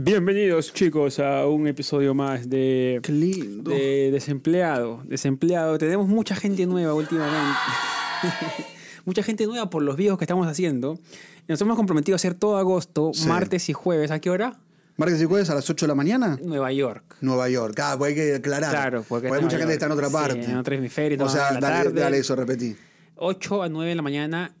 Bienvenidos chicos a un episodio más de, Qué lindo. de Desempleado. Desempleado. Tenemos mucha gente nueva últimamente. mucha gente nueva por los videos que estamos haciendo. Nos hemos comprometido a hacer todo agosto, Sí. martes y jueves. ¿A qué hora? Martes y jueves a las 8 de la mañana, Nueva York. Nueva York. Ah, pues hay que aclarar. Claro, porque, hay Nueva mucha gente que está en York. otra Sí, parte. en otro hemisferio, O sea, en la dale, tarde. dale eso, repetí. 8 a 9 de la mañana,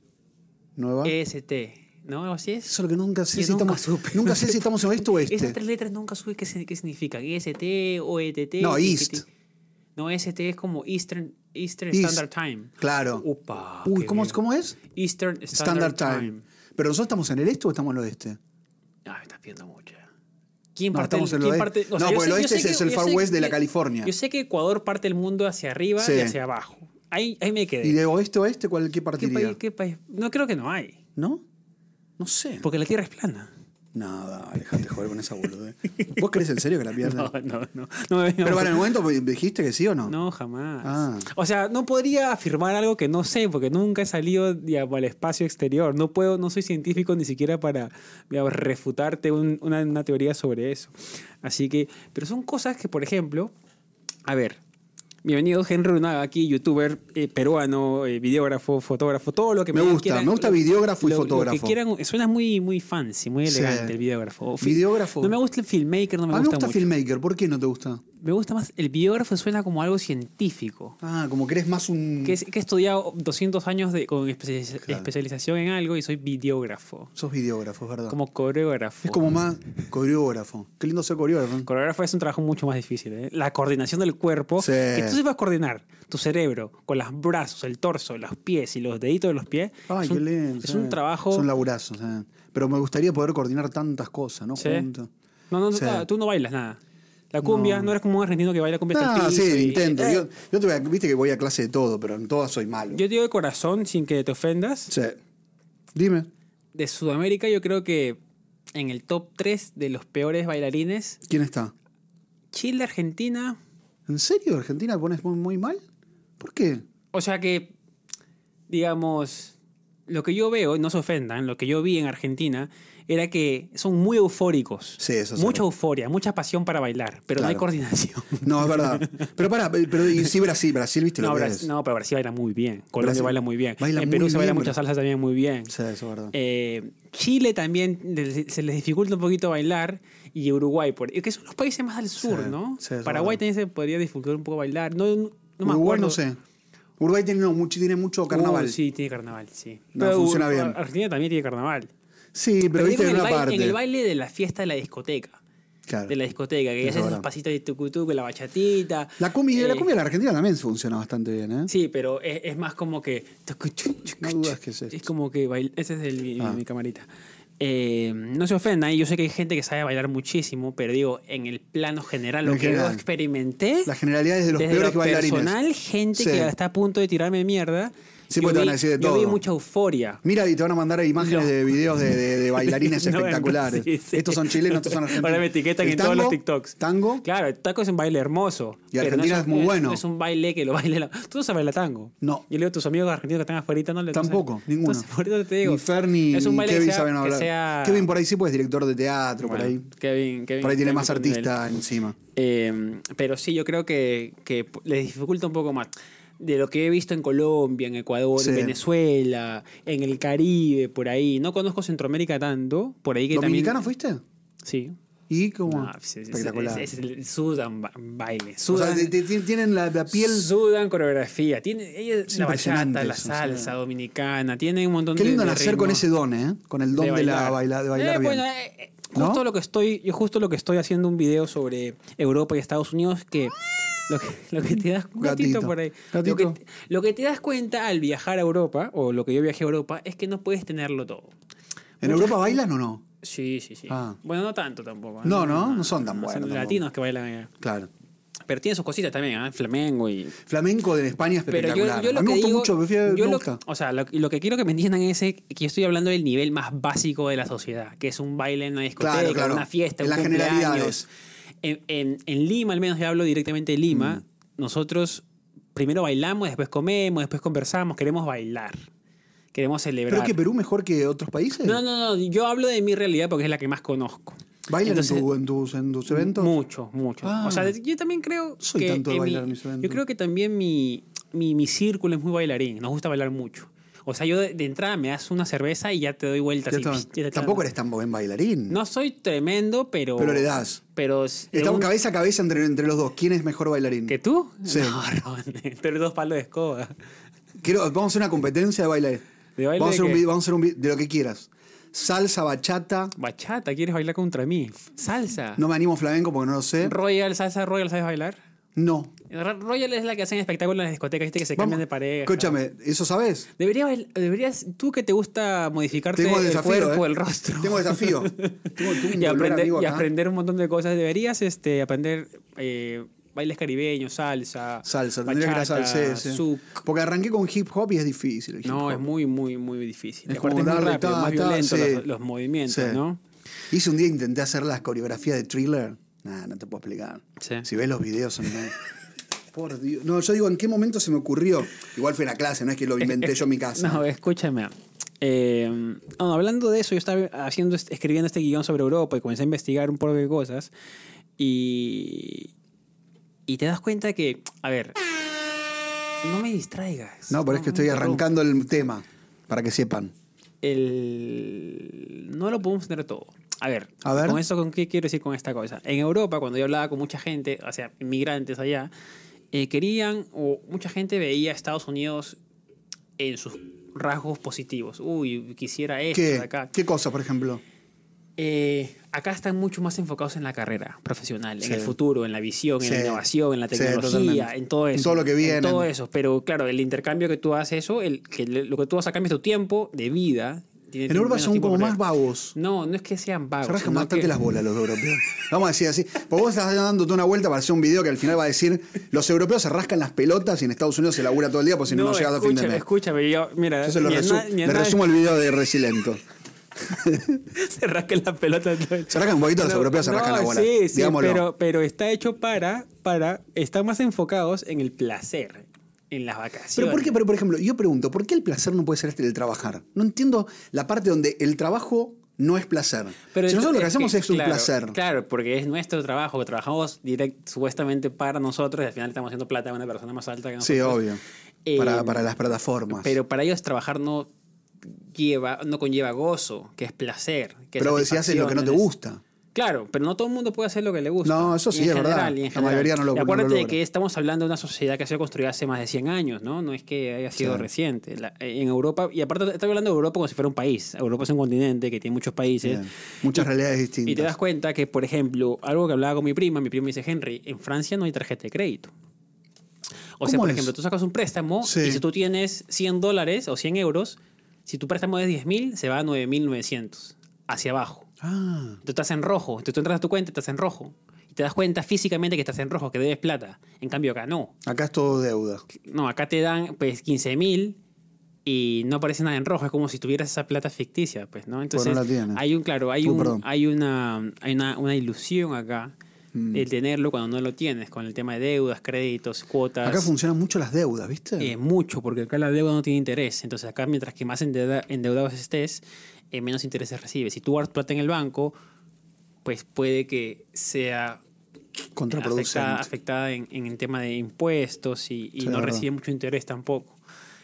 Nueva. EST. ¿No? ¿Algo así es? eso es lo que nunca sé, Eh, Yo si, nunca estamos, supe. nunca sé si estamos en esto o Esas tres este. letras nunca supe qué, se- qué significan. E EST, OETT. No, TTT. East. No, EST es como Eastern, Eastern East. Standard Time. Claro. Upa. Uy, qué ¿cómo, bien. ¿cómo es? Eastern Standard, Standard, time. Time. ¿Pero nosotros estamos en el este o estamos en el oeste? Ay, estás pidiendo mucho. ¿Quién No, parte, del- estamos en el quién oeste. parte- No, yo porque el yo oeste es que- el yo far sé west de la que- California. Yo sé que Ecuador parte el mundo hacia arriba Sí. y hacia abajo. Ahí, ahí me quedé. ¿Y de oeste a oeste cuál, qué Eh. ¿Qué partiría? país, ¿Qué país? No creo que no hay. ¿No? No sé. Porque la Tierra es plana. Nada, alejate joder con esa boludez. ¿Vos crees en serio que la pierden? No, no, no. no me vengas Pero con- para el momento dijiste que sí o no. No, jamás. Ah. O sea, no podría afirmar algo que no sé, porque nunca he salido digamos, al espacio exterior. No puedo, no soy científico ni siquiera para digamos, refutarte un- una, una teoría sobre eso. Así que, pero son cosas que, por ejemplo, a ver, bienvenido Henry Unaga aquí, youtuber eh, peruano, eh, videógrafo, fotógrafo, todo lo que Me medio gusta, me gusta videógrafo y lo- lo que fotógrafo. quieran, suena muy, muy fancy, muy Sí. elegante el videógrafo. O fil- Videógrafo. No me gusta el filmmaker, no me a mí me gusta, gusta mucho. Filmmaker, ¿por qué no te gusta? Me gusta más, el videógrafo suena como algo científico. Ah, como que eres más un. que, es- que he estudiado 200 años de, con espe- Claro. especialización en algo y soy videógrafo. Sos videógrafo, es verdad. Como coreógrafo. Ah. Es como más coreógrafo. Qué lindo ser coreógrafo. Coreógrafo es un trabajo mucho más difícil. ¿eh? La coordinación del cuerpo. Sí. Que tú sepas coordinar tu cerebro con los brazos, el torso, los pies y los deditos de los pies. Ay, es qué un, lindo. es sí. un trabajo. Son laburazos. sí. Pero me gustaría poder coordinar tantas cosas, ¿no? Sí. Junto. No, no, Sí. no, tú no bailas nada. La cumbia, no, eres como un argentino que baila cumbia hasta el Ah, piso sí, y- intento. Eh, Yo, yo te voy a- viste que voy a clase de todo, pero en todas soy malo. yo te digo de corazón, sin que te ofendas. Sí. Dime, De Sudamérica, yo creo que en el top 3 de los peores bailarines, ¿quién está? Chile, Argentina, ¿En serio Argentina pones muy, muy mal? ¿Por qué? O sea que, digamos, lo que yo veo, y no se ofendan, lo que yo vi en Argentina era que son muy eufóricos. Sí, eso sí. Mucha euforia, mucha pasión para bailar, pero no hay Claro. coordinación. No, es verdad. Pero pará, pero y sí Brasil, Brasil, viste No, lo que Bra- es. no, pero Brasil baila muy bien. Colombia Brasil baila muy bien. baila en Perú muy se baila bien, mucha Brasil. salsa también muy bien. Sí, eso es verdad. Eh, Chile también les- se les dificulta un poquito bailar y Uruguay, por, que son los países más al sur, Sí, ¿no? sí, eso es Paraguay verdad. también se podría dificultar un poco bailar. No, no, no me Uruguay acuerdo. no sé. Uruguay tiene, no, mucho, tiene mucho carnaval. Uh, sí. sí, tiene carnaval, sí. No, funciona Ur- bien. Argentina también tiene carnaval. pero viste digo en en, una el baile, parte. en el baile de la fiesta de la discoteca. Claro. De la discoteca, que Eso haces esos ahora. pasitos de tucutú con la bachatita. La cumbia, Eh, la cumbia de la Argentina también funciona bastante bien, ¿eh? Sí, pero es, es más como que. No dudas que es esto. Es como que bail- Ese es el, mi- Ah. mi camarita. Eh, no se ofendan, y yo sé que hay gente que sabe bailar muchísimo, pero digo, en el plano general, lo En que yo general. experimenté. Las generalidades de los desde peores lo que bailarines. personal, gente Sí. que está a punto de tirarme mierda. Sí, yo porque te van vi- a decir de Yo vi todo. mucha euforia. Mira, y te van a mandar imágenes No. de videos de, de- de bailarines No, en espectaculares. Brasil, sí. Estos son chilenos, estos son argentinos. Ahora me etiquetan El en todos los tango, TikToks. Tango. Claro, el taco es un baile hermoso. Y pero Argentina es muy bueno. No es un baile que lo baile. la- Tú no sabes bailar tango. No. Yo le digo a tus amigos argentinos que están afuera, no le Tampoco, no sabes- ninguno. Entonces, por eso te digo. Ni Fer ni, es un ni baile Kevin que sea, saben que hablar. sea- Kevin por ahí sí, pues es director de teatro, bueno, por ahí. Kevin, Kevin- Por ahí tiene Kevin más otro nivel. artista encima. Eh, pero sí, yo creo que, que les dificulta un poco más. De lo que he visto en Colombia, en Ecuador, Sí. en Venezuela, en el Caribe, por ahí. No conozco Centroamérica tanto. Por ahí que ¿Dominicana también. fuiste? Sí. Ah, ¿Y cómo? No, es- es- Espectacular. es- es el- sudan ba- baile. o Sudan, sea, te- te- tienen la, la piel. sudan coreografía. Tiene, ella- Es la bachata, impresionante la eso, salsa sí. dominicana. Tiene un montón Qué de lindo de nacer con ritmos ese don, ¿eh? Con el don de, la baila, de bailar Eh, bien. Bueno, eh, eh, ¿No? justo lo que estoy, yo justo lo que estoy haciendo un video sobre Europa y Estados Unidos que lo que, lo que te das cuenta Gatito. por ahí. Gatito. Lo, que, lo que te das cuenta al viajar a Europa o lo que yo viajé a Europa es que no puedes tenerlo todo. ¿En Europa bailan o no? Sí, sí, sí. Ah. Bueno, no tanto tampoco. No, no, no son tan buenos Son tampoco. latinos que bailan allá. Claro. Pero tiene sus cositas también, ¿eh? flamenco y... Flamenco de España es Pero yo, espectacular. yo lo a mí que me gustó digo- mucho, me fui a- yo me lo- gusta. O sea, lo, lo que quiero que me entiendan es eh, que yo estoy hablando del nivel más básico de la sociedad, que es un baile en una discoteca, Claro, claro. una fiesta, un En las cumpleaños. generalidades. En, en- en Lima, al menos, yo hablo directamente de Lima, Mm. nosotros primero bailamos, después comemos, después conversamos, queremos bailar, queremos celebrar. ¿Pero es que Perú mejor que otros países? No, no, no, yo hablo de mi realidad porque es la que más conozco. ¿Bailan Entonces- en, tu- en tus, en tus eventos? Mucho, mucho. Ah. o sea, yo también creo Soy que tanto de en bailar en mis eventos. Yo creo que también mi, mi, mi círculo es muy bailarín. Nos gusta bailar mucho. O sea, yo de, de entrada me das una cerveza y ya te doy vueltas. Ya y está. psh, ya te- Tampoco eres tan buen bailarín. No soy tremendo, pero... Pero le das. Pero... Estamos según- cabeza a cabeza entre, entre los dos. ¿Quién es mejor bailarín? ¿Que tú? Sí. No, Ron, tú eres dos palos de escoba. Quiero, vamos a hacer una competencia de baile. ¿De baile vamos, a de hacer un qué? vi- vamos a hacer un vi- de lo que quieras. Salsa, bachata. Bachata, ¿quieres bailar contra mí? Salsa. No me animo a flamenco porque no lo sé. Royal, salsa Royal, ¿sabes bailar? No. Ra- Royal es la que hacen espectáculos en las discotecas, viste que se cambian Vamos. de pareja. Escúchame, ¿eso sabes? Debería bail- deberías, tú que te gusta modificarte Tengo el desafío, cuerpo, ¿eh? el rostro. Tengo desafío. tengo, tengo un y, dolor, aprender, amigo, y acá. aprender un montón de cosas. Deberías este, aprender eh, bailes caribeños, salsa. Salsa, tendría que ir a bachata, salsa. sí, sí. souk. Porque arranqué con hip hop y es difícil. el hip No, hop. es muy, muy, muy difícil. Es Y aparte como es muy darle rápido, ta, más ta, violento sí. los, los movimientos, Sí. ¿no? Hice un día, intenté hacer las coreografías de thriller. Nah, no te puedo explicar. Sí. Si ves los videos son. una- Por Dios. No, yo digo, ¿en qué momento se me ocurrió? Igual fue en la clase, no es que lo inventé yo en mi casa. No, escúchame. Eh, no, hablando de eso, yo estaba haciendo, este- escribiendo este guión sobre Europa y comencé a investigar un poco de cosas. Y. Y te das cuenta que. A ver. No me distraigas. No, pero es que estoy me interrumpas. arrancando el tema, para que sepan. el- no lo podemos tener todo. A ver, A ver. con esto, ¿con qué quiero decir con esta cosa? En Europa, cuando yo hablaba con mucha gente, o sea, inmigrantes allá, eh, querían, o mucha gente veía a Estados Unidos en sus rasgos positivos. Uy, quisiera esto de ¿Qué, acá. ¿Qué cosa, por ejemplo? Eh, acá están mucho más enfocados en la carrera profesional, Sí. en el futuro, en la visión, en la Sí. innovación, en la Sí, tecnología, totalmente. en todo En eso. todo lo que viene. En todo eso. Pero claro, el intercambio que tú haces, eso, el, que le- lo que tú vas a cambiar es tu tiempo de vida. Tiene En Europa menos son tiempo como para- más vagos. No, no es que sean vagos. Se rascan sino bastante que- las bolas los europeos. Vamos a decir así. Porque vos estás dándote una vuelta para hacer un video que al final va a decir los europeos se rascan las pelotas y en Estados Unidos se labura todo el día porque si no, no llegas a fin de escúchame, mes. Escúchame, yo, mira, Yo se lo mi resu- ana- mi le ana- resumo el video de Resilento. se rascan las pelotas. todo el- Se rascan un poquito, los europeos se rascan la bola. Sí, sí, digámoslo. pero, pero está hecho para, para, están más enfocados en el placer, en las vacaciones. Pero, ¿por qué? Pero, por ejemplo, yo pregunto, ¿por qué el placer no puede ser este del trabajar? No entiendo la parte donde el trabajo no es placer. Pero si el- nosotros lo que hacemos es un claro, placer. Claro, porque es nuestro trabajo, que trabajamos direct, supuestamente para nosotros y al final estamos haciendo plata a una persona más alta que Sí, nosotros. obvio. Eh, para, para las plataformas. Pero para ellos trabajar no, lleva, no conlleva gozo, que es placer. Que es Pero si haces lo que no te satisfacción, es- gusta. Claro, pero no todo el mundo puede hacer lo que le gusta. No, eso sí Y en es verdad. general, y en La general. mayoría no lo- Y no lo acuérdate de logra. que estamos hablando de una sociedad que ha sido construida hace más de 100 años, ¿no? No es que haya sido Sí. reciente. La- en Europa, y aparte estoy hablando de Europa como si fuera un país. Europa es un continente que tiene muchos países. Bien. Muchas realidades distintas. Y te das cuenta que, por ejemplo, algo que hablaba con mi prima, mi prima me dice, Henry, en Francia no hay tarjeta de crédito. O sea, ¿Cómo por es? ejemplo, tú sacas un préstamo Sí. y si tú tienes 100 dólares o 100 euros, si tu préstamo es 10.000, se va a 9.900, hacia abajo. Ah. Tú estás en rojo, Entonces, tú entras a tu cuenta y estás en rojo. Y te das cuenta físicamente que estás en rojo, que debes plata. En cambio, acá no. Acá es todo deuda. No, acá te dan pues 15 mil y no aparece nada en rojo. Es como si tuvieras esa plata ficticia, pues, ¿no? Entonces, la tienes. hay un, claro, hay, Uh, un, perdón. hay, una, hay una, una ilusión acá. Mm. El tenerlo cuando no lo tienes, con el tema de deudas, créditos, cuotas. Acá funcionan mucho las deudas, ¿viste? Eh, mucho, porque acá la deuda no tiene interés. Entonces, acá mientras que más endeuda- endeudados estés, eh, menos intereses recibes. Si tú guardas plata en el banco, pues puede que sea Contraproducente. afectada, afectada en, en el tema de impuestos y, y Sí, no verdad. recibe mucho interés tampoco.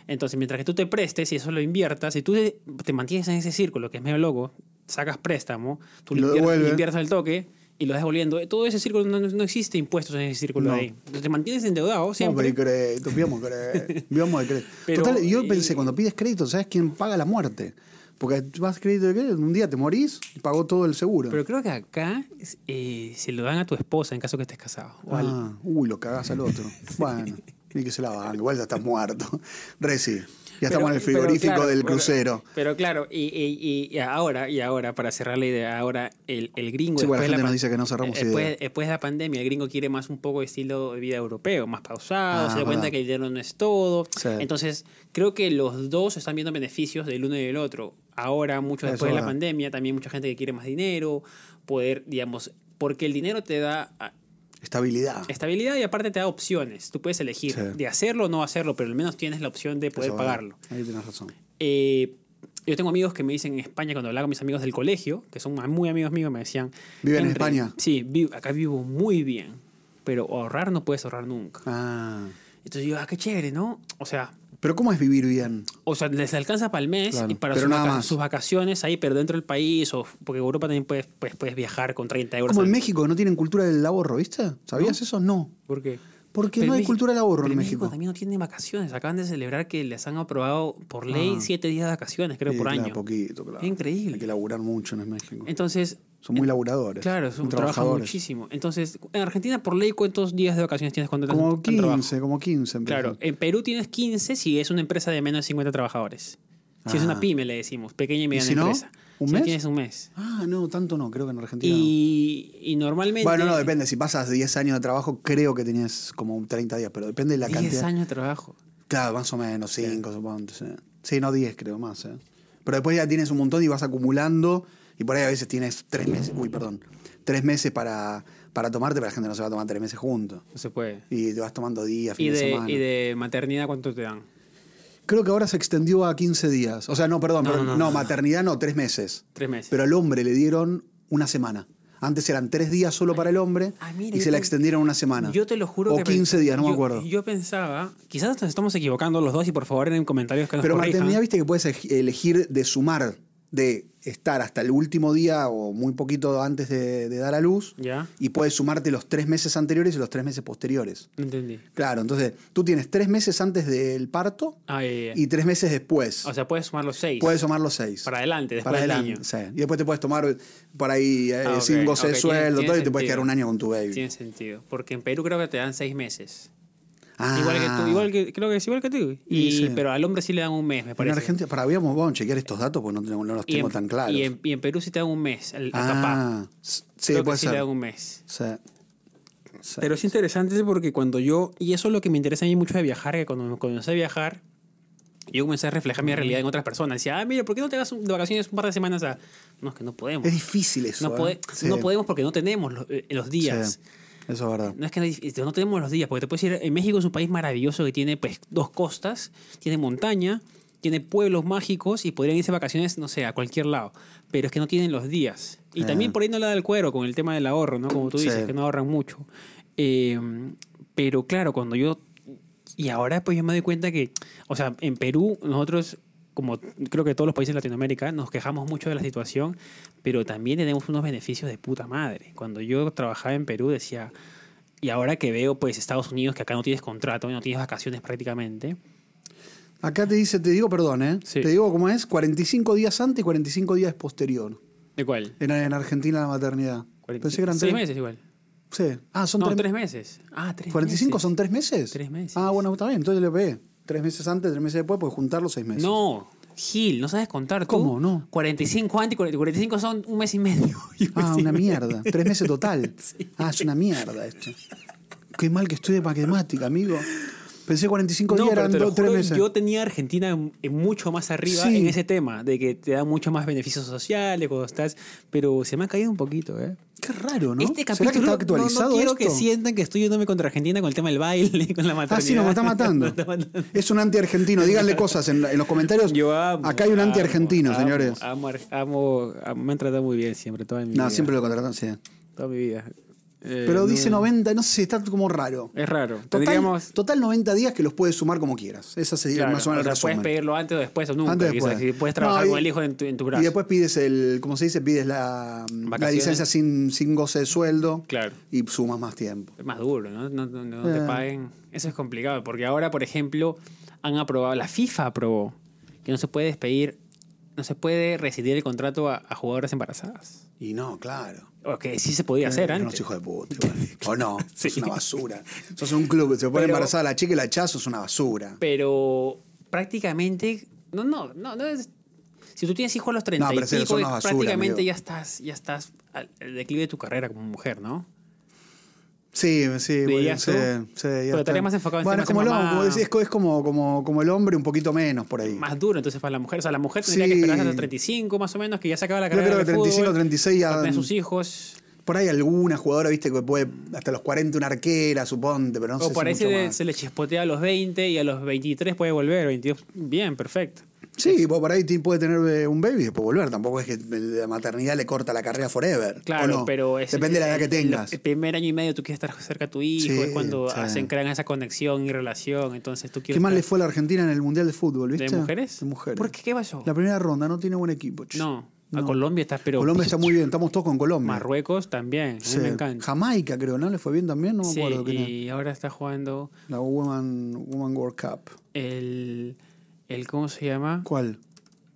Entonces, mientras que tú te prestes y eso lo inviertas, si tú te, te mantienes en ese círculo, que es medio loco, sacas préstamo, tú Lo lo inviertes, devuelve. inviertes al toque y lo vas devolviendo, eh, todo ese círculo no, no existe impuestos en ese círculo No. ahí. Entonces, te mantienes endeudado Vamos a siempre. pedir crédito, pidamos crédito, pidamos el crédito. Pero, Total, yo eh, pensé, cuando pides crédito, ¿sabes quién paga la muerte? Porque vas crédito de crédito, un día te morís y pagó todo el seguro. Pero creo que acá eh, se lo dan a tu esposa en caso que estés casado. O al- Ah, uy, lo cagás al otro. Bueno, ni que se la van, igual ya estás muerto. Reci, ya estamos en el Pero- pero frigorífico claro, del pero- crucero. Pero, claro, y, y- y- y ahora, y ahora, para cerrar la idea, ahora el, el gringo. Sí, bueno, después la de gente nos pan- dice que no cerramos eh, después, idea. después de la pandemia, el gringo quiere más un poco de estilo de vida europeo, más pausado, se Ah, da verdad. cuenta que el dinero no es todo. Sí. Entonces, creo que los dos están viendo beneficios del uno y del otro. Ahora, mucho Eso después es de la verdad. pandemia, también mucha gente que quiere más dinero, poder, digamos, porque el dinero te da ah, Estabilidad. estabilidad y aparte te da opciones. Tú puedes elegir Sí. de hacerlo o no hacerlo, pero al menos tienes la opción de poder Eso va. pagarlo. Ahí tenés razón. Eh, yo tengo amigos que me dicen en España, cuando hablaba con mis amigos del colegio, que son muy amigos míos, me decían... ¿Viven en "Henry, España?" Sí, vi- acá vivo muy bien, pero ahorrar no puedes ahorrar nunca. Ah. Entonces yo, ah, qué chévere, ¿no? O sea, Pero ¿cómo es vivir bien? o sea, les alcanza para el mes Claro, y para pero sus, nada vaca- más. sus vacaciones ahí, pero dentro del país, o porque Europa también puedes, puedes, puedes viajar con 30 euros. Como en al- México, que no tienen cultura del ahorro, ¿viste? ¿Sabías eso? No. ¿Por qué? Porque Pero no hay Mex- cultura del ahorro pero en México. también no tiene vacaciones. Acaban de celebrar que les han aprobado por ley Ah. siete días de vacaciones, creo, Sí, por claro, año. poquito, claro. Es increíble. Hay que laburar mucho en México. Entonces, Son muy laburadores. claro, es un- muy trabajan trabajadores. muchísimo. Entonces, en Argentina, por ley, ¿cuántos días de vacaciones tienes cuando entras Como al trabajo? 15, como 15. en Claro, Brasil. en Perú tienes 15 si es una empresa de menos de 50 trabajadores. Si es Ah. una pyme, le decimos, pequeña y mediana si no? empresa. ¿Un si no mes? tienes un mes. Ah, no, tanto no, creo que en Argentina. no. Y, y normalmente. Bueno, no, depende. Si pasas 10 años de trabajo, creo que tenías como 30 días, pero depende de la 10 cantidad. años de trabajo. Claro, más o menos, 5, supongo. Sí. Sí, no 10, creo más. ¿eh? Pero después ya tienes un montón y vas acumulando. Y por ahí a veces tienes 3 meses. Uy, perdón. 3 meses para, para tomarte, pero la gente no se va a tomar 3 meses juntos. No se puede. Y te vas tomando días, ¿Y fin de, de, semana. y de maternidad cuánto te dan? Creo que ahora se extendió a 15 días. O sea, no, perdón, No, pero- no, no, no, no. maternidad no, 3 meses. Tres meses. Pero al hombre le dieron una semana. Antes eran 3 días solo para el hombre Ah, mira, y yo se la te- extendieron una semana. Yo te lo juro O que 15 pens- días, no yo- me acuerdo. Yo pensaba, quizás nos estamos equivocando los dos y por favor en comentarios que nos Pero corrijan. maternidad, viste que puedes ej- elegir de sumar, de estar hasta el último día o muy poquito antes de, de dar a luz. Ya. Y puedes sumarte los tres meses anteriores y los tres meses posteriores. No entendí. Claro, entonces tú tienes tres meses antes del parto Ah, ya, ya, ya. y tres meses después. O sea, puedes sumar los seis. puedes sumar los seis. Para adelante, después Para del adelante, niño. sí. Y después te puedes tomar por ahí eh, Ah, ok, sin ok, goce de tiene- sueldo, tiene todo, y te puedes sentido. quedar un año con tu baby. Tiene sentido. Porque en Perú creo que te dan seis meses. Ah. Igual que tú, igual que, creo que es igual que tú. Y, Y sí. Pero al hombre sí le dan un mes, me En parece. Argentina, para, habíamos, vamos a chequear estos datos porque no, tengo- no los y tengo en, tan claros. Y en, y en Perú sí te dan un mes, al, al papá. ah, s- sí, creo que puede sí ser. le dan un mes. Sí. Sí. Pero es interesante porque cuando yo, y eso es lo que me interesa a mí mucho de viajar, que cuando me comencé a viajar, yo comencé a reflejar mi realidad en otras personas. Decía, ah, mira, ¿por qué no te vas un- de vacaciones un par de semanas a... No, es que no podemos. es difícil eso. no, ¿eh? pode- Sí. no podemos porque no tenemos los, eh, los Sí. días. Eso es verdad. No es que no, hay- no tenemos los días, porque te puedes ir. En México es un país maravilloso que tiene pues, dos costas, tiene montaña, tiene pueblos mágicos y podrían irse de vacaciones, no sé, a cualquier lado. Pero es que no tienen los días. Y Ah. también por ahí no le da el cuero con el tema del ahorro, ¿no? Como tú dices, Sí. que no ahorran mucho. Eh, pero claro, cuando yo. Y ahora pues yo me doy cuenta que, o sea, en Perú nosotros. Como creo que todos los países de Latinoamérica nos quejamos mucho de la situación, pero también tenemos unos beneficios de puta madre. Cuando yo trabajaba en Perú decía, y ahora que veo, pues, Estados Unidos, que acá no tienes contrato, no tienes vacaciones prácticamente. Acá te dice, te digo, perdón, ¿eh? Sí. Te digo cómo es, 45 días antes y 45 días posterior. ¿De cuál? En, en Argentina la maternidad. Pensé que eran Seis tres- meses igual. Sí. Ah, son no, tres, tres meses. Ah, tres 45 meses. son tres meses. Tres meses. Ah, bueno, está bien, entonces le pegué. Tres meses antes, tres meses después, pues juntar los seis meses. No, Gil, no sabes contar tú. ¿Cómo? No. 45 antes y 40 45 son un mes y medio. Y un Ah, mes y una medio. mierda. Tres meses total. Ah, es una mierda esto. Qué mal que estudié matemática, amigo. Pensé 45 No, días pero eran te lo dos, tres juro, meses. yo tenía a Argentina en- en mucho más arriba Sí. en ese tema, de que te da mucho más beneficios sociales cuando estás, pero se me ha caído un poquito, ¿eh? Qué raro, ¿no? Este ¿Será capítulo que está no- actualizado no, quiero esto? que sientan que estoy yéndome contra Argentina con el tema del baile, con la maternidad. Ah, sí, nos está matando. Nos está matando. Es un anti-argentino. Díganle cosas en, en los comentarios. Yo amo. Acá hay un amo, anti-argentino, amo, señores. Amo, Ar- amo, amo- me han tratado muy bien siempre, toda mi vida. no, siempre lo contratan, sí. Toda mi vida. Eh, Pero no- Eh, dice 90, no sé, está como raro. Es raro. Total, Tendríamos. total 90 días que los puedes sumar como quieras. Esa sería claro, más o menos o el sea, puedes resumen. pedirlo antes o después o nunca. Antes, quizás, si después. puedes No, trabajar y- con el hijo en tu, en tu brazo. Y después pides el, como se dice, pides la, la Vacaciones. licencia sin, sin goce de sueldo. Claro. Y sumas más tiempo. Es más duro, ¿no? No, no- no te Eh. paguen. Eso es complicado, porque ahora, por ejemplo, han aprobado, la FIFA aprobó que no se puede despedir, no se puede rescindir el contrato a, a jugadoras embarazadas. Y no, claro. O que sí se podía hacer Eran antes. unos Eh, hijos de puta. igual. O no, Sí. sos una basura. Sos un club, se pone Pero- embarazada la chica y la chazo, es una basura. pero prácticamente no no no, no es- si tú tienes hijos a los 30 No, y pero sí, pico, son una basura, prácticamente amigo. ya estás ya estás al al declive de tu carrera como mujer no Sí, sí, bueno, ¿Dirías sí, tú? sí, ya Pero está. estarías más enfocado en bueno, ser es como, más el hombre, mamá. como decís, es como, como, como el hombre, un poquito menos por ahí. más duro entonces para la mujer o sea la mujer tendría que Sí. esperar hasta los 35 más o menos que ya se acaba la Yo carrera creo de que 35, fútbol, 36 ya- para tener sus hijos Por ahí alguna jugadora, viste, que puede hasta los 40 una arquera, suponte, pero no sé o si por ahí se mucho le, más. se le chispotea a los 20 y a los 23 puede volver 22 bien perfecto Sí, vos por ahí ti- puede tener eh, un baby y después volver. Tampoco es que la maternidad le corta la carrera forever. ¿o Claro, no? pero es, Depende de la edad que el- el- tengas. El primer año y medio tú quieres estar cerca de tu hijo, Sí, es cuando sí. hacen crean esa conexión y relación, entonces tú quieres ¿Qué más le estar- fue a la Argentina en el Mundial de Fútbol, viste? de mujeres? De mujeres. ¿Por qué qué pasó? La primera ronda no tiene buen equipo. che. No, a No. Colombia estás pero pues Colombia está muy bien, estamos todos con Colombia. Marruecos también, a mí Sí. me encanta. Jamaica, creo, ¿no? Le fue bien también, no me Sí, acuerdo quién era. y ahora está jugando La Woman, Woman World Cup. el el ¿cómo se llama? ¿Cuál?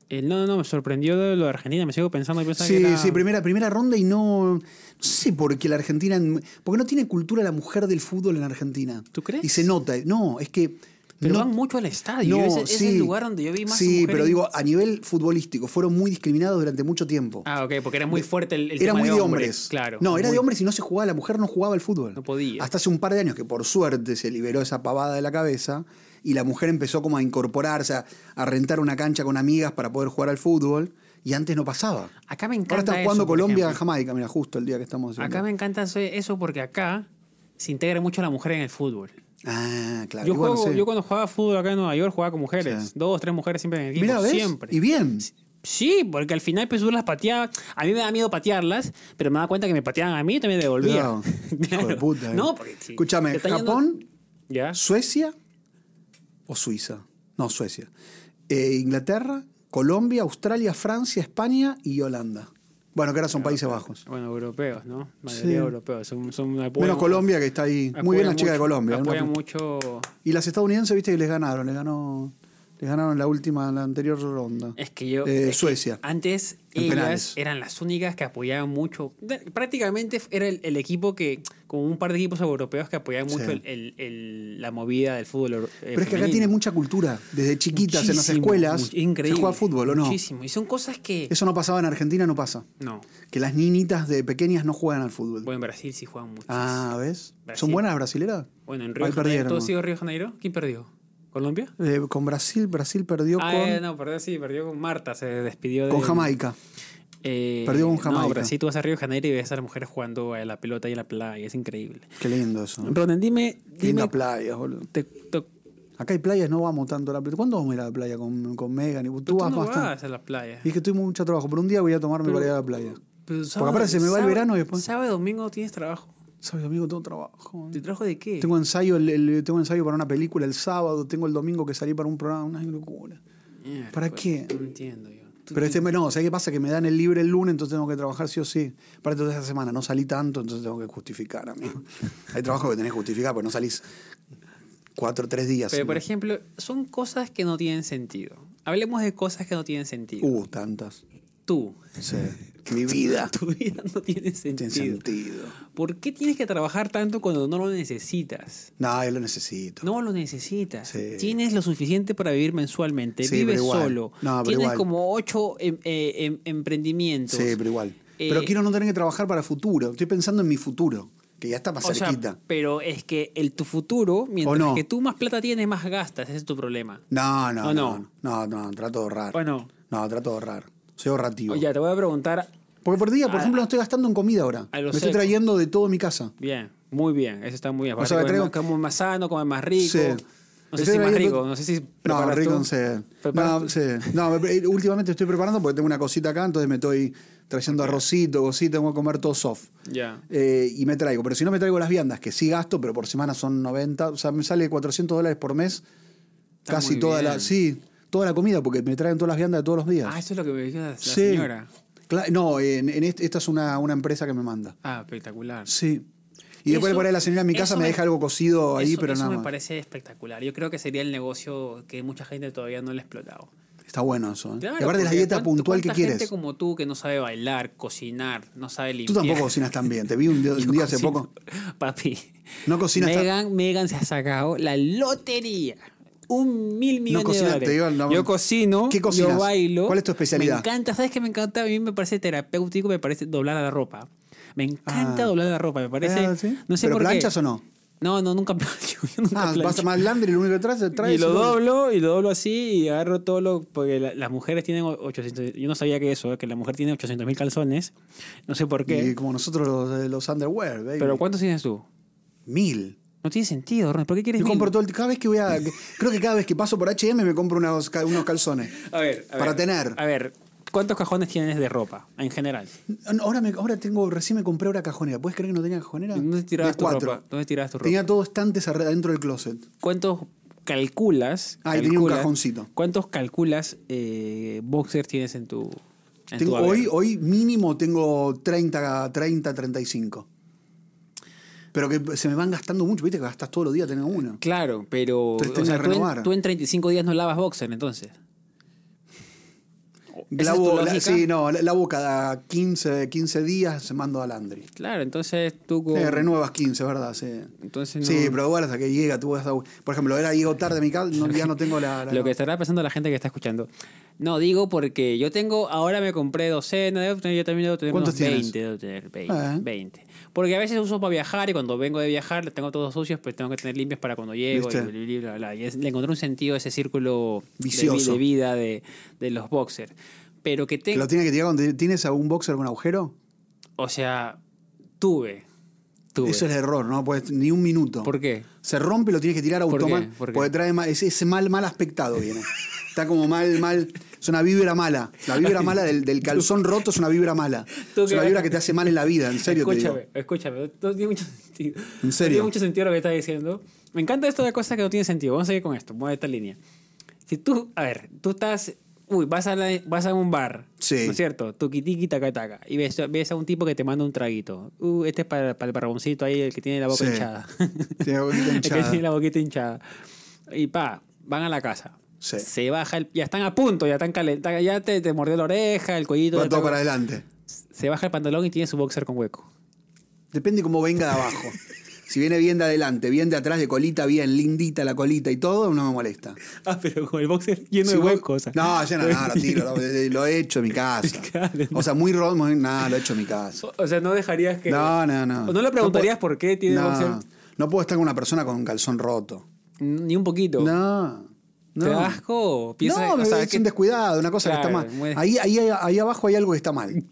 El no, no, no, me sorprendió de lo de Argentina, me sigo pensando y pensando Sí, que era- sí, primera, primera ronda y no. No sé por qué la Argentina. Porque no tiene cultura la mujer del fútbol en Argentina. ¿Tú crees? Y se nota. No, es que. pero no- van mucho al estadio, no, ese, ese es sí. el lugar donde yo vi más Sí, mujeres. pero digo, a nivel futbolístico, fueron muy discriminados durante mucho tiempo. Ah, ok, porque era muy fuerte el, el eh, era tema muy de de hombres, hombres. claro. No, era muy- de hombres y no se jugaba, la mujer no jugaba al fútbol. No podía. Hasta hace un par de años que por suerte se liberó esa pavada de la cabeza y la mujer empezó como a incorporarse, a, a rentar una cancha con amigas para poder jugar al fútbol y antes no pasaba. Acá me encanta Ahora están eso, jugando por Colombia, ejemplo. Jamaica, mira, justo el día que estamos haciendo. Acá me encanta eso- eso porque acá se integra mucho la mujer en el fútbol. Ah, claro. Yo, y bueno, juego- sí. yo cuando jugaba fútbol acá en Nueva York jugaba con mujeres. Sí. Dos, tres mujeres siempre en el equipo. Mirá, ¿ves? Siempre. Y bien. Sí, porque al final pues tú las pateabas. A mí me da miedo patearlas, pero me da cuenta que me pateaban a mí y también devolvía. Cuidado. Hijo de Claro. puta, eh. No, porque sí. Escúchame, Te está yendo- Japón, ¿Ya? Suecia o Suiza. No, Suecia. Eh, Inglaterra, Colombia, Australia, Francia, España y Holanda. Bueno, que ahora son Países Bajos. Bueno, europeos, ¿no? Mayoría Sí. europeos. Son, son apoyan- Menos Colombia, que está ahí. Muy bien apoyan las chicas de mucho- Colombia. ¿eh? ¿no? Apoyan mucho. Y las estadounidenses, viste que les ganaron, les ganó, les ganaron la última, la anterior ronda. Es que yo. Eh, es que Suecia. antes En ellas penales. eran las únicas que apoyaban mucho. de- Prácticamente era el, el equipo que, como un par de equipos europeos que apoyaban mucho Sí. el- el- el- la movida del fútbol. euro- eh, Pero es que acá femenino. tiene mucha cultura. Desde chiquitas en las Muchísimo, escuelas much- increíble, se juega fútbol, ¿o no? Muchísimo. Y son cosas que. Eso no pasaba en Argentina, no pasa. No. Que las niñitas de pequeñas no juegan al fútbol. Bueno, en Brasil sí juegan mucho. ah, ¿ves? Brasil. ¿Son buenas las brasileras? Bueno, en Río Ahí de Janeiro. perdieron, ¿Todo ¿no? ha sido Río de Janeiro? ¿Quién perdió? ¿Colombia? Eh, con Brasil, Brasil perdió Ah, con, eh, no, perdió sí, perdió con Marta, se despidió de. con Jamaica. Eh, Perdió con Jamaica. No, Brasil, tú vas a Río de Janeiro y ves a las mujeres jugando a la pelota y a la playa, es increíble. Qué lindo eso. ¿no? Ronen, dime. Qué Mm. linda dime playa, boludo. te- to- Acá hay playas, no vamos tanto a la playa. ¿Cuándo vamos a ir a la playa con, con Megan? Y- Tú, tú vas no bastante. vas a la playa. Y es que tuve mucho trabajo, pero un día voy a tomarme Pero- para ir a la playa. Pero aparte se me va el sábado- verano y después- Sábado y domingo tienes trabajo. Sabes, amigo, tengo trabajo. ¿Te trabajo de qué? Tengo ensayo, el, el- tengo ensayo para una película el sábado, tengo el domingo que salí para un programa, una locura. Mierda, ¿Para pues, qué? No entiendo yo. Tú- Pero este mes no, ¿sabes qué pasa? Que me dan el libre el lunes, entonces tengo que trabajar sí o sí. Aparte de esta semana no salí tanto, entonces tengo que justificar, amigo. Hay trabajo que tenés que justificar, porque no salís cuatro o tres días. Pero, por ejemplo, son cosas que no tienen sentido. Hablemos de cosas que no tienen sentido. Uh, tantas. Tú, Sí. Mi vida. tu vida no tiene sentido. Tiene sentido. ¿Por qué tienes que trabajar tanto cuando no lo necesitas? No, yo lo necesito. No lo necesitas. Sí. Tienes lo suficiente para vivir mensualmente. Sí, Vives pero igual. solo. No, pero Tienes igual. como ocho em- eh, em- emprendimientos. sí, pero igual. Eh, pero quiero no tener que trabajar para futuro. Estoy pensando en mi futuro, que ya está más o sea, cerquita. pero es que el, tu futuro, mientras no. que tú más plata tienes, más gastas. Ese es tu problema. no, ¿O no, no? no, no. No, trato de ahorrar. ¿O no? No, trato de ahorrar. Soy ahorrativo. Oye, te voy a preguntar. Porque por día, por A- ejemplo, no estoy gastando en comida ahora. a Me Ah. lo estoy seco. trayendo de todo mi casa. Bien, muy bien. Eso está muy bien. O sea, Aparte, que come- traigo- come más sano, come más rico. Sí. No sé Estoy si más trayendo- rico. No sé si. No, preparas rico tú. no sé. Preparas No, tú. sí. No, me- eh, últimamente estoy preparando porque tengo una cosita acá, entonces me estoy trayendo arrocito, cosita, tengo que comer todo soft. Ya. Eh, y me traigo. Pero si no me traigo las viandas, que sí gasto, pero por semana son 90. O sea, me sale 400 dólares por mes. Está casi muy toda bien. la. Sí, toda la comida, porque me traen todas las viandas de todos los días. Ah, eso es lo que me dijo la, la Sí. señora. Cla- no, en, en est- esta es una, una empresa que me manda. Ah, espectacular. Sí. Y después Eso- por ahí la señora en mi casa eso me, me- deja algo cocido ahí, eso, pero eso nada me más. parece espectacular. Yo creo que sería el negocio que mucha gente todavía no le ha explotado. Está bueno eso. ¿eh? Claro, y aparte la porque dieta ¿cuánto- puntual que cuánta gente quieres. como tú que no sabe bailar, cocinar, no sabe Tú limpiar. tampoco cocinas tan bien. Te vi un día, un Yo día hace cocino. poco. Papi. No cocinas tan- Megan, Megan se ha sacado la lotería. Un mil millones cocina, de te dólares. digo, no- yo cocino, ¿Qué cocinas? yo bailo. ¿Cuál es tu especialidad? Me encanta, ¿sabes qué me encanta? A mí me parece terapéutico, me parece doblar la ropa. Me encanta Ah. doblar la ropa, me parece. Ah, ¿sí? No sé ¿Pero por qué. planchas o no? No, no, nunca plancho. yo nunca Ah, vas plancho. a más Landry, lo único que traes, traes Y lo el- doblo, y lo doblo así, y agarro todo lo. Porque la- las mujeres tienen 800. Yo no sabía que eso, que la mujer tiene 800 mil calzones. No sé por Y qué. como nosotros los, los eh, underwear, baby. Pero ¿cuántos tienes tú? Mil. No tiene sentido, Ron. ¿Por qué quieres Yo compro mil? todo el. Cada vez que voy a. creo que cada vez que paso por HM me compro unos, ca- unos calzones. A ver, a para ver, tener. A ver, ¿cuántos cajones tienes de ropa en general? Ahora, me, ahora tengo. Recién me compré una cajonera. ¿Puedes creer que no tenía cajonera? ¿Dónde tirabas De tu cuatro. ropa? ¿Dónde tirabas tu ropa? Tenía todo estantes arre- adentro del closet. ¿Cuántos calculas? Ah, y tenía un calculas- cajoncito. ¿Cuántos calculas eh, boxers tienes en tu. En Tengo- tu haber? hoy, hoy mínimo tengo 30, 30, 35. Pero que se me van gastando mucho, viste que gastas todos los días tener uno. Claro, pero. Entonces o tenés sea, que tú, en, renovar. tú en 35 días no lavas boxer, entonces. ¿Esa Eh, es tu Lavo- la- lógica? sí, no, la- lavo cada 15, 15 días, se mando a Landry. Claro, entonces tú. con- Eh, renuevas 15, ¿verdad? Sí. entonces no- Sí, pero igual hasta que llega, tú vas a... Por ejemplo, era llego tarde a mi casa, no, ya no tengo la... la- Lo que estará pensando la gente que está escuchando. No, digo porque yo tengo, ahora me compré docena, debo tener- yo también debo tener ¿Cuántos unos tienes? 20, debo tener 20, Ah. 20. Porque a veces uso para viajar y cuando vengo de viajar los tengo todos sucios, pero tengo que tener limpios para cuando llego. Y, ¿Viste? bla, bla, bla, bla. Y es- le encontré un sentido a ese círculo de vi- Vicioso. de, vida de, de los boxers. Pero que que tengo, lo tiene que tirar cuando tienes algún boxer con agujero. o sea, tuve, tuve. Eso es el error, no puedes ni un minuto. ¿Por qué? Se rompe y lo tienes que tirar ¿Por qué? automáticamente. ¿Por qué? Porque trae ma- ese, ese mal, mal aspectado viene. Está como mal, mal. Es una vibra mala. La vibra mala del, del calzón roto es una vibra mala. Tú Es que- una vibra que te hace mal en la vida, en serio te digo. Escúchame, escúchame, no tiene mucho sentido. ¿En serio? No tiene mucho sentido lo que estás diciendo. Me encanta esto de cosas que no tienen sentido. Vamos a seguir con esto, voy a esta línea. Si tú, a ver, tú estás, uy, vas a, la- vas a un bar, Sí. ¿no es cierto? Tuquitiqui, taca, taca. Y ves, ves a un tipo que te manda un traguito. Uh, este es para, para el barboncito ahí, el que tiene la boca Sí. hinchada. Tiene la boquita El hinchada. que tiene la boquita hinchada. Y pa, van a la casa. Sí. Se baja, el- ya están a punto, ya están calentados, ya te, te mordió la oreja, el cuellito. Va ya todo está- para adelante. Se baja el pantalón y tiene su boxer con hueco. Depende cómo venga de abajo. Si viene bien de adelante, bien de atrás, de colita, bien lindita la colita y todo, no me molesta. Ah, pero con el boxer lleno Si de vos- huecos. o sea. No, ya no, no, lo tiro, lo, eh, lo he hecho en mi casa. Claro, O sea, muy roto, nada, lo he hecho en mi casa. O- O sea, no dejarías que. No, no, no. O no le preguntarías No puedo- por qué tiene no, boxer. No puedo estar con una persona con un calzón roto. Ni un poquito. No. No. ¿Te da asco? ¿O piensas- no, o me- sea, es que- un descuidado, una cosa que Claro, está muy mal. des- Ahí, ahí, ahí abajo hay algo que está mal.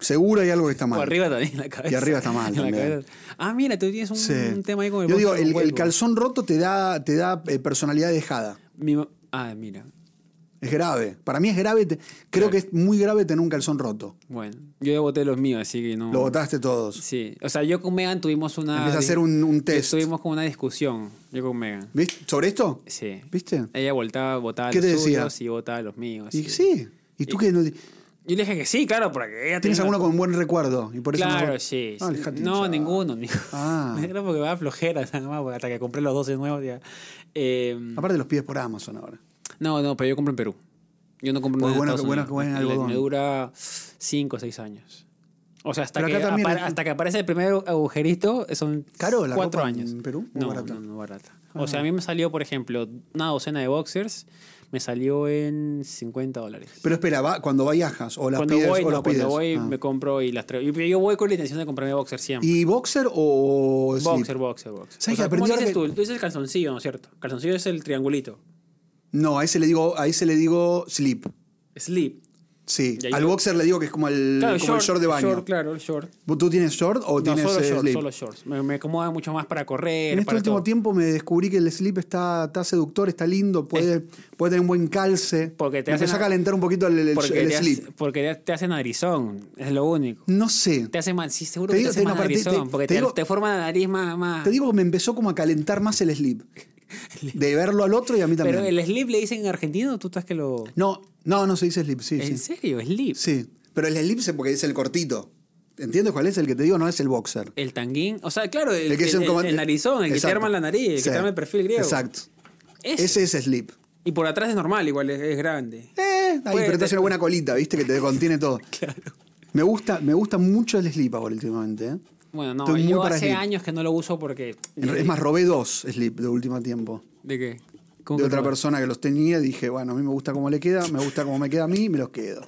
Seguro hay algo que está o mal. arriba también en la cabeza. arriba está mal En la también. cabeza. Ah, mira, tú tienes un, Sí. un tema ahí con el Yo digo, boxer el, con el hueco. calzón roto te da, te da eh, personalidad dejada. Mi ma- Ah, mira. Es grave. Para mí es grave. te- creo que es muy grave tener un calzón roto. Bueno, yo ya boté los míos, así que no. Lo botaste todos. Sí. O sea, yo con Megan tuvimos una. Empieza a hacer un, un test. Tuvimos como una discusión. Yo con Megan. ¿Viste? ¿Sobre esto? Sí. ¿Viste? Ella voltaba, votaba ¿Qué los te decía? suyos y votaba los míos. Y sí. sí. ¿Y tú qué? no- Yo le dije que sí, claro, porque ella ¿Tienes tenía- alguno con buen recuerdo? Y por eso Claro, no- sí. Ah, sí. dejate no, hinchar. ninguno. ni- Ah. Era porque me da flojera, nada más, porque hasta que compré los 12 nuevos. Ya. Eh, Aparte los pides por Amazon ahora. no, no, pero yo compro en Perú. Yo no compro Pues nada en bueno, Estados bueno, Unidos. bueno, Me- algodón. Me dura 5 o 6 años. O sea, hasta Pero que, acá también apare- hay- hasta que aparece el primer agujerito son ¿Caro la 4 ropa años. en Perú? ¿O No, barata? Ah. no, no barata. O sea, a mí me salió, por ejemplo, una docena de boxers, me salió en 50 dólares. Pero espera, va- cuando viajas o las cuando pides voy, o no, las cuando pides. voy Ah. me compro y las traigo. Yo, yo voy con la intención de comprarme boxer siempre. ¿Y boxer o slip? Boxer, boxer, boxer. O ¿Sabes sea, que ¿cómo aprendí ahora dices que- tú? Tú dices calzoncillo, ¿no es cierto? Calzoncillo es el triangulito. No, a ese le digo, a ese le digo slip. Sleep. Sí. Y ahí Al lo- boxer le digo que es como el, Claro, como el short de baño. short, claro, el short. ¿Vos- ¿Tú tienes short o No, tienes solo eh, shorts, slip? solo shorts. Me, me acomoda mucho más para correr, En este para último todo. tiempo me descubrí que el slip está, está seductor, está lindo, puede, puede tener un buen calce. Porque te me hacen empezó a a- calentar un poquito el, el- el porque, te hace- slip. porque te- te hacen narizón, es lo único. No sé. Te hace más, sí, seguro Te que te digo- hace te- no, más pero te- narizón, te- porque te te, digo- te forma la nariz más... más- Te digo que me empezó como a calentar más el slip. De verlo al otro y a mí también. Pero el slip le dicen en argentino, o tú estás que lo... No, no, no se dice slip, sí, ¿En sí. serio? ¿Slip? Sí, pero el slip es porque es el cortito. ¿Entiendes cuál es el que te digo? No es el boxer. ¿El tanguín? O sea, claro, el, El que es el- un como- el narizón, el que te Exacto. arma la nariz, el Sí. que te arma el perfil griego. Exacto. Ese. Ese es slip. Y por atrás es normal, igual es, es grande. Eh, ahí, Puede pero te hace ser- una buena colita, ¿viste? Que te contiene todo. Me gusta, me gusta mucho el slip ahora últimamente. ¿eh? Bueno, no, Estoy muy yo para hace slip. años que no lo uso porque. Es más, robé dos slip de último tiempo. ¿De qué? ¿Cómo De que otra robas? persona que los tenía, dije, bueno, a mí me gusta cómo le queda, me gusta cómo me queda a mí, me los quedo.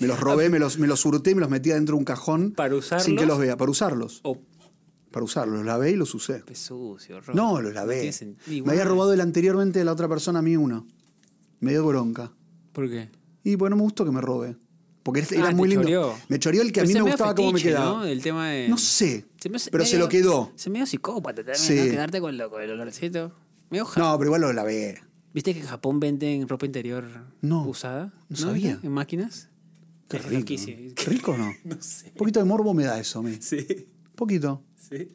Me los robé, me los, me los hurté, me los metí adentro de un cajón. ¿Para usarlos? Sin que los vea, para usarlos. Oh, Para usarlos, los lavé y los usé. qué sucio, Ron. No, los No lavé. tiene sen- me igual. había robado el anteriormente de la otra persona a mí uno. Me dio bronca. ¿Por qué? Y bueno, me gustó que me robe. Porque este Ah, era te muy lindo. choreó. Me choreó el que a Pero mí se me medio gustaba cómo me fetiche, quedaba. ¿no? El tema de... No sé. me hace pero se medio- lo quedó. Se medio psicópata también, Sí. ¿no? Quedarte con, lo, con el olorcito. Medio ja- No, pero igual lo lavé. ¿Viste que en Japón venden ropa interior No, usada? no sabía. viste? ¿En máquinas? Qué Es rico. loquísimo. ¿Qué rico o no? No sé. Un poquito de morbo me da eso a mí. Sí, poquito. sí.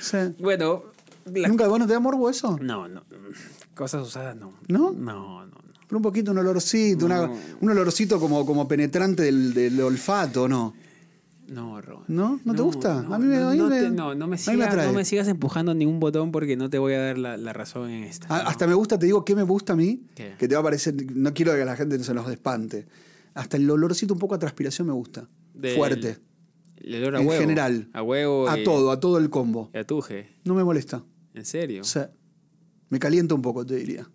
Sí. Bueno, la- ¿Nunca vos no te da morbo eso? No, no. Cosas usadas no. No, ¿No? no, no. Pero un poquito, un olorcito, una- No. un olorcito como, como penetrante del, del olfato, ¿no? No, Ron. ¿No? ¿No te gusta? No, A mí me- no, a mí no me- te- no, no me a mí me sigas, atrae. no me sigas empujando ningún botón porque no te voy a dar la, la razón en esta. A- no. Ah, Hasta me gusta, te digo que me gusta a mí, ¿Qué? que te va a parecer, no quiero que a la gente se nos espante. Hasta el olorcito un poco a transpiración me gusta. Del- Fuerte. El olor a en huevo. general. A huevo. A y- todo, a todo el combo. Y a tuje. No me molesta. ¿En serio? O sea, me calienta un poco, te diría.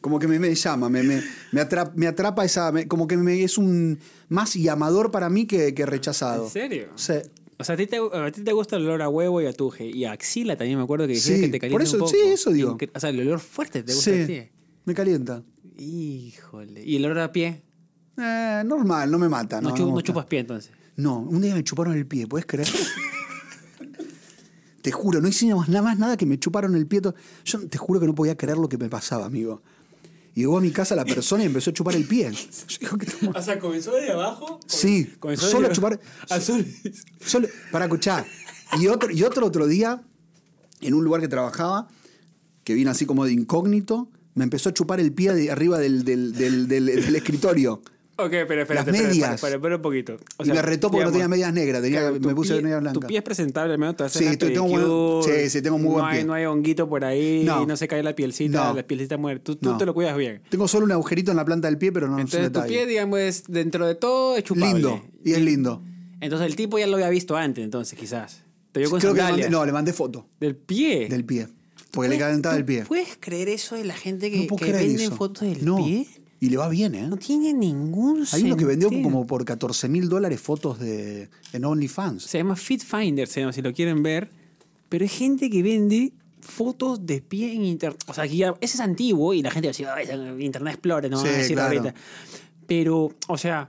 como que me, me llama, me, me, me atrapa, me atrapa esa. me- como que me, es un más llamador para mí que, que rechazado. ¿En serio? O sea, O sea, a ti, te, a ti te gusta el olor a huevo y a tuje. Y a axila también me acuerdo que decías Sí, que te calienta por eso- un poco. sí, eso digo. Incre- O sea, el olor fuerte te gusta sí, a ti. me calienta. Híjole. ¿Y el olor a pie? Eh, normal, no me mata. No, No, chu- no me no gusta. chupas pie entonces. No, un día me chuparon el pie, ¿puedes creer? te juro, no hice nada más, nada más nada que me chuparon el pie. to- Yo te juro que no podía creer lo que me pasaba, amigo. Y llegó a mi casa la persona y empezó a chupar el pie. Yo digo, ¿qué te- O sea, comenzó de abajo. Sí, solo a chupar. Azul. Solo, para escuchar. Y otro, y otro otro día, en un lugar que trabajaba, que vino así como de incógnito, me empezó a chupar el pie de arriba del, del- del- del- del escritorio. Ok, pero espérate, Las espérate, medias. espérate, espérate, espérate un poquito. O Y me retó porque no tenía medias negras, tenía- claro, me tu puse pie- media blanca. Tu pie es presentable, al menos te haces Sí, una estoy- tengo buen- pedicure, sí, sí, tengo muy no buen hay, pie. No hay honguito por ahí, No. no, se cae la pielcita, No. la pielcita muere. Tú, tú No. te lo cuidas bien. Tengo solo un agujerito en la planta del pie, pero no es un Entonces tu detalle. pie, digamos, es dentro de todo es chupable. Lindo, y es lindo. Entonces el tipo ya lo había visto antes, entonces quizás. Te vio con Creo que le mandé- sandalias. no, le mandé foto Del pie. del pie, porque le calentaba el pie. ¿Puedes creer eso de la gente No que, puedo que creer venden eso. fotos del No, pie? Y le va bien, ¿eh? No tiene ningún Hay uno que vendió sentido. como por 14 mil dólares fotos de, en OnlyFans. Se llama Fit Finder, se llama, si lo quieren ver. Pero es gente que vende fotos de pie en internet. O sea, que ya- ese es antiguo y la gente va a decir, "Ay, ese Internet Explorer, no Sí, van a decir claro. ahorita. Pero, o sea,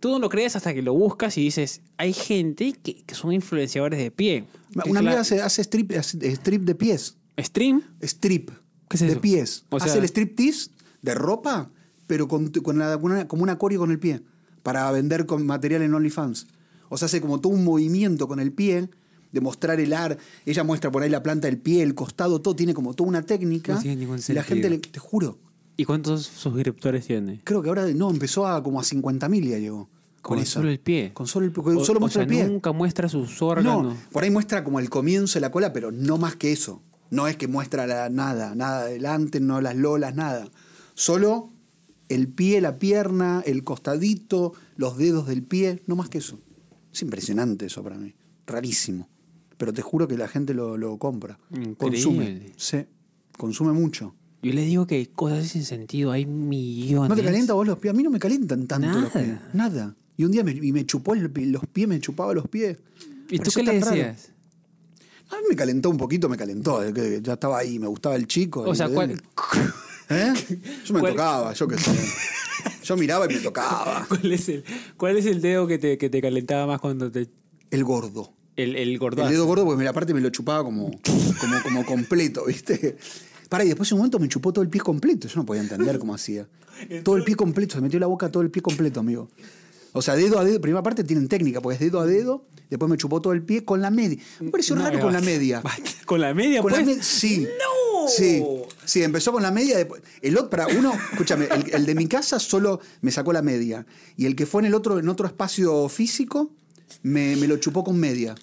tú no lo crees hasta que lo buscas y dices, hay gente que, que son influenciadores de pie. Que Una amiga cla- hace, hace strip, hace strip de pies. Stream. Strip. ¿Qué es De eso? pies. O sea- hace el striptease de ropa, pero con, con la- con una, como una coreo con el pie. Para vender con material en OnlyFans. O sea, hace como todo un movimiento con el pie. De mostrar el ar. Ella muestra por ahí la planta del pie, el costado, todo. Tiene como toda una técnica. No tiene ningún Y la sentido. gente, le- te juro, ¿Y cuántos suscriptores tiene? creo que ahora no, empezó a como a 50.000 ya llegó. Con Con eso. solo el pie. Con solo el pie. con O- Pues solo o muestra sea, el pie. nunca muestra sus órganos. No, por ahí muestra como el comienzo de la cola, pero no más que eso. No es que muestra la- nada, nada adelante, no las lolas, nada. Solo el pie, la pierna, el costadito, los dedos del pie, no más que eso. Es impresionante eso para mí. Rarísimo. Pero te juro que la gente lo, lo compra. Increíble. Consume. Sí. Consume mucho. Yo les digo que cosas sin sentido, hay millones. ¿No te calienta vos los pies? A mí no me calientan tanto los Nada. pies. Nada. Y un día me, y me chupó el pi- los pies, me chupaba los pies. ¿Y tú Pareció qué le tan raro. decías? A mí me calentó un poquito, me calentó. de que Ya estaba ahí, me gustaba el chico. O el sea, de- ¿cuál, ¿Eh? Yo me cuál- tocaba, yo qué sé. Yo miraba y me tocaba. cuál es, el, ¿cuál es el dedo que te, que te calentaba más cuando te... El gordo. El, el El gordazo? dedo gordo, porque me- aparte me lo chupaba como, como, como completo, ¿viste? Para, y después en un momento me chupó todo el pie completo. Yo no podía entender cómo hacía. Todo el pie completo, se metió en la boca todo el pie completo, amigo. O sea, dedo a dedo, primera parte tienen técnica, porque es dedo a dedo, después me chupó todo el pie con la media. Me pareció No, raro ya con la va. media. ¿Con la media, Con la pues? me- sí. ¡No! Sí. Sí, empezó con la media. después- El otro, para uno, escúchame, el, el de mi casa solo me sacó la media. Y el que fue en el otro, en otro espacio físico, me, me lo chupó con media.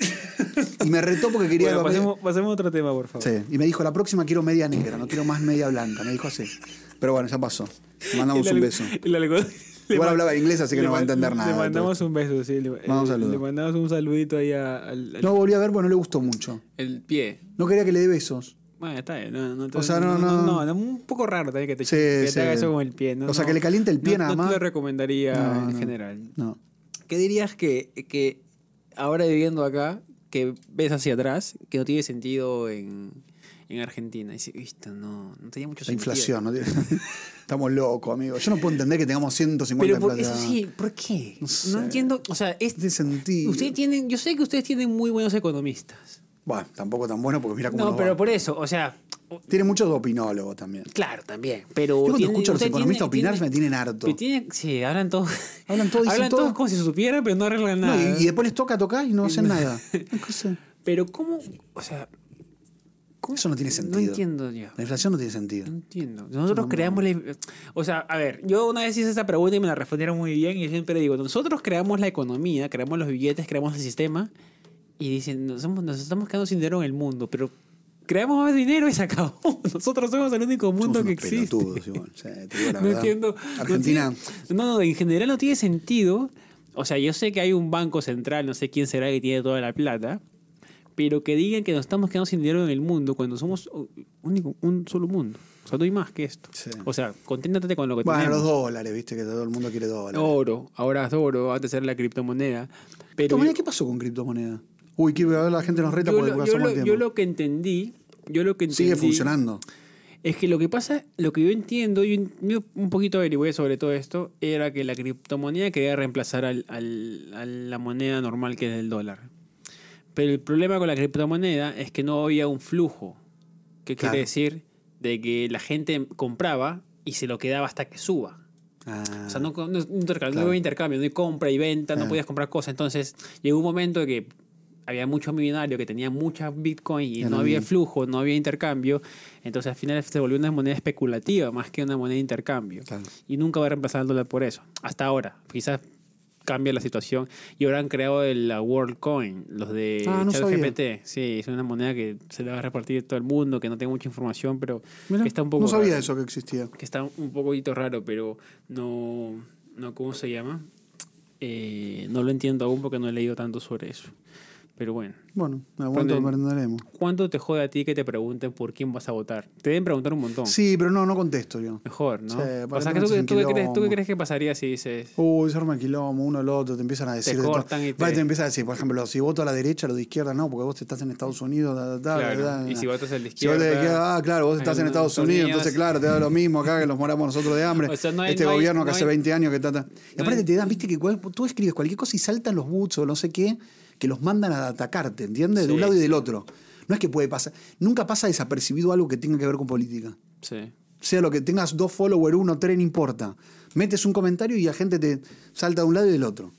Y me retó porque quería Bueno, la media- pasemos, pasemos a otro tema, por favor. Sí. Y me dijo, la próxima quiero media negra, no quiero más media blanca. Me dijo así. Pero bueno, ya pasó. Le Mandamos El un alg- beso. el algodón- le Igual man- hablaba inglés, así que le no va a man- entender nada, Le mandamos un beso, sí. Le, eh, Mandamos un saludo. le mandamos un saludito ahí a- al, al- No volví a ver, bueno, no le gustó mucho. el pie. No quería que le dé besos. Bueno, está bien. No, no, te- O sea, no, no, no. no, no, Un poco raro también que te, Sí, que te sí. haga eso con el pie. No, O sea, no. que le caliente el pie No- nada no más. te lo recomendaría No, en no. general. No. ¿Qué dirías que, que ahora viviendo acá, que ves hacia atrás, que no tiene sentido en, en Argentina. Y dice, "Esto no, no tenía mucho La sentido. inflación, ¿no? Estamos locos, amigos. Yo no puedo entender que tengamos 150 Pero en por, eso plata. sí, ¿por qué? No, sé. entiendo. O sea, es, No tiene sentido. ustedes tienen, yo sé que ustedes tienen muy buenos economistas. Bueno, tampoco tan bueno porque mira cómo No, nos pero va. por eso, o sea, o- Tiene muchos opinólogos también. claro, también. Pero Yo cuando tienen- escucho a los usted Oh, tiene- economistas opinar tiene- me tienen harto. pero tiene- sí, hablan todo. Hablan todo, dicen todo. todos como si se supieran, pero no arreglan No, nada. y, y después les toca tocar y no hacen nada. Una cosa- Pero cómo, o sea, ¿cómo- Eso no tiene sentido. No entiendo yo. La inflación no tiene No sentido. entiendo. Nosotros creamos la... O sea, a ver, yo una vez hice esa pregunta y me la respondieron muy bien y yo siempre digo, nosotros creamos la economía, creamos los billetes, creamos el sistema y dicen, nos, somos- nos estamos quedando sin dinero en el mundo, pero creamos más dinero y se acabó. Nosotros somos el único mundo Somos que unos existe. pelotudos, igual. Sí, te digo la No verdad. entiendo. Argentina. No, tiene- no, no, en general no tiene sentido. O sea, yo sé que hay un banco central, no sé quién será que tiene toda la plata, pero que digan que nos estamos quedando sin dinero en el mundo cuando somos único, un solo mundo. O sea, no hay más que esto. Sí. O sea, conténtate con lo que Bueno, tenemos. los dólares, viste, que todo el mundo quiere dólares. Oro, ahora es oro, antes era la criptomoneda. Pero Criptomoneda, ¿Qué pasó con criptomoneda? Uy, que ahora la gente nos reta yo, por el lo, hace yo, buen lo, tiempo. yo lo que entendí, yo lo que entendí Sigue funcionando. Es que lo que pasa, lo que yo entiendo, yo, yo un poquito averigüé sobre todo esto, era que la criptomoneda quería reemplazar al- al- a la moneda normal que es el dólar. Pero el problema con la criptomoneda es que no había un flujo. ¿Qué Claro. quiere decir? De que la gente compraba y se lo quedaba hasta que suba. Ah, O sea, no, no, no intercambio, no hubo intercambio, no hay compra y venta, Ah. no podías comprar cosas. Entonces, llegó un momento de que había muchos millonarios que tenían muchas bitcoins y Ya no no había había. flujo, no había intercambio. Entonces, al final se volvió una moneda especulativa más que una moneda de intercambio. Ah, Claro. Y nunca va a reemplazar al dólar por eso. Hasta ahora. Quizás cambie la situación. Y ahora han creado el, la WorldCoin, los de Ah, no sabía. ChatGPT. Sí, es una moneda que se la va a repartir a todo el mundo, que no tengo mucha información, pero Mira, que está un poco no sabía raro eso que existía. que está un poquito raro, pero no, no ¿cómo se llama? Eh, no lo entiendo aún porque no he leído tanto sobre eso. Pero bueno, Bueno, en algún momento Ponen- lo aprenderemos. ¿cuánto te jode a ti que te pregunten por quién vas a votar? Te deben preguntar un montón. Sí, pero no, no contesto yo. Mejor, ¿no? Sí, o sea, aparentemente que tú, es un tú qué crees, quilombo. tú qué crees que pasaría si dices... Uy, se arma el quilombo, uno al otro, te empiezan a decir. de todo. cortan y te- Va, te empiezan a decir, por ejemplo, si voto a la derecha, lo de izquierda, no, porque vos estás en Estados Unidos, da, da, da, Claro, da, da. y si votas a la Si vos te izquierda, quedas, ah, claro, vos estás en en Estados Estados Unidos, Unidos. entonces claro, te da lo mismo acá que nos moramos nosotros de hambre. O sea, no hay- este no hay- gobierno que no hace hay- 20 años que trata. Y no aparte hay- te dan, viste que cual- tú escribes cualquier cosa y saltan los buts o no sé qué, que los mandan a atacarte, ¿entiendes? De un Sí, lado y sí. del otro. No es que puede pasar. Nunca pasa desapercibido algo que tenga que ver con política. Sí. Sea lo que tengas dos followers, uno, tres, no importa. Metes un comentario y la gente te salta de un lado y del otro.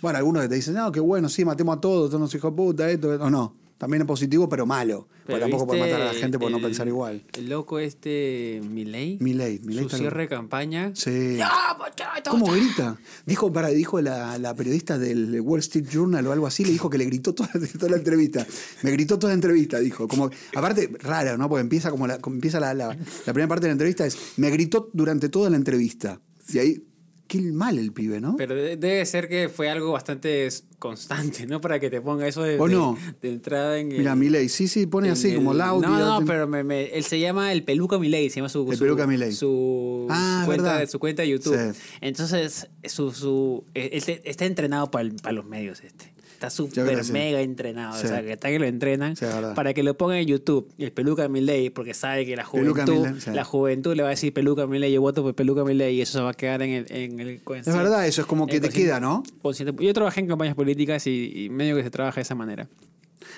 Bueno, algunos que te dicen, no, qué bueno, sí, matemos a todos, todos nos hijos de puta, esto, esto. No, no. También es positivo, pero malo. Pero Porque tampoco puedes ¿viste matar a la gente por no el- pensar igual. El loco este, Milei, Milei, Milei su está- cierre de campaña. Sí. ¡Ah, muchachos! ¿Cómo grita? Dijo, para, dijo la, la periodista del Wall Street Journal o algo así, le dijo que le gritó toda, toda la entrevista. Me gritó toda la entrevista, dijo. Como, aparte, raro, ¿no? Porque empieza como la, como empieza la, la- la primera parte de la entrevista es, me gritó durante toda la entrevista. Y ahí, qué mal el pibe, ¿no? Pero de- debe ser que fue algo bastante s- constante, ¿no? Para que te ponga eso de, ¿O de- no? de entrada en el... Mira, Milei, sí, sí, pone en así, como el- loud. y- No, no, pero me- me- él se llama el Peluca Milei, se llama su... El su- Peluca Milei. Su, Ah, su cuenta, verdad. de- su cuenta de YouTube. Sí. Entonces, su, su, eh, él te- está entrenado para los medios este. Está Yo creo que súper sí. mega entrenado. Sí. O sea, que está que lo entrenan Sí, es verdad. para que lo pongan en YouTube. El Peluca Milei, porque sabe que la Peluca juventud, Milei, sí. la juventud le va a decir Peluca Milei, yo voto por Peluca Milei y eso se va a quedar en el... En el Es verdad, eso es como que te queda, ¿no? Consciente- Pues Yo trabajé en campañas políticas y, y medio que se trabaja de esa manera.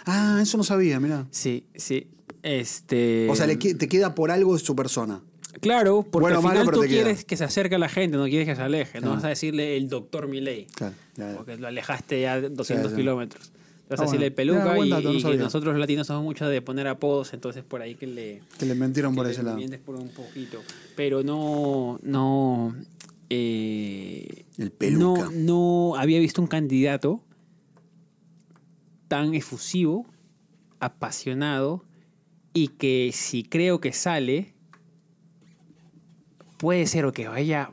Ah, eso no sabía, mira. Sí, sí. Este, O sea, le que- te queda por algo de su persona. Claro, porque Bueno, al malo, final pero tú te queda. quieres que se acerque a la gente, no quieres que se aleje. No vas a decirle el doctor Milei, Claro. ya, ya. porque lo alejaste ya 200 sí. kilómetros. Le Vas Ah, a decirle bueno. Mira, peluca buen y, dato, no y sabía. nosotros los latinos somos muchos de poner apodos, entonces por ahí que le... Que le mentieron que por le ese lado. mientes por un poquito. Pero no... no eh, El peluca. No, no había visto un candidato tan efusivo, apasionado, y que si creo que sale, puede ser o que vaya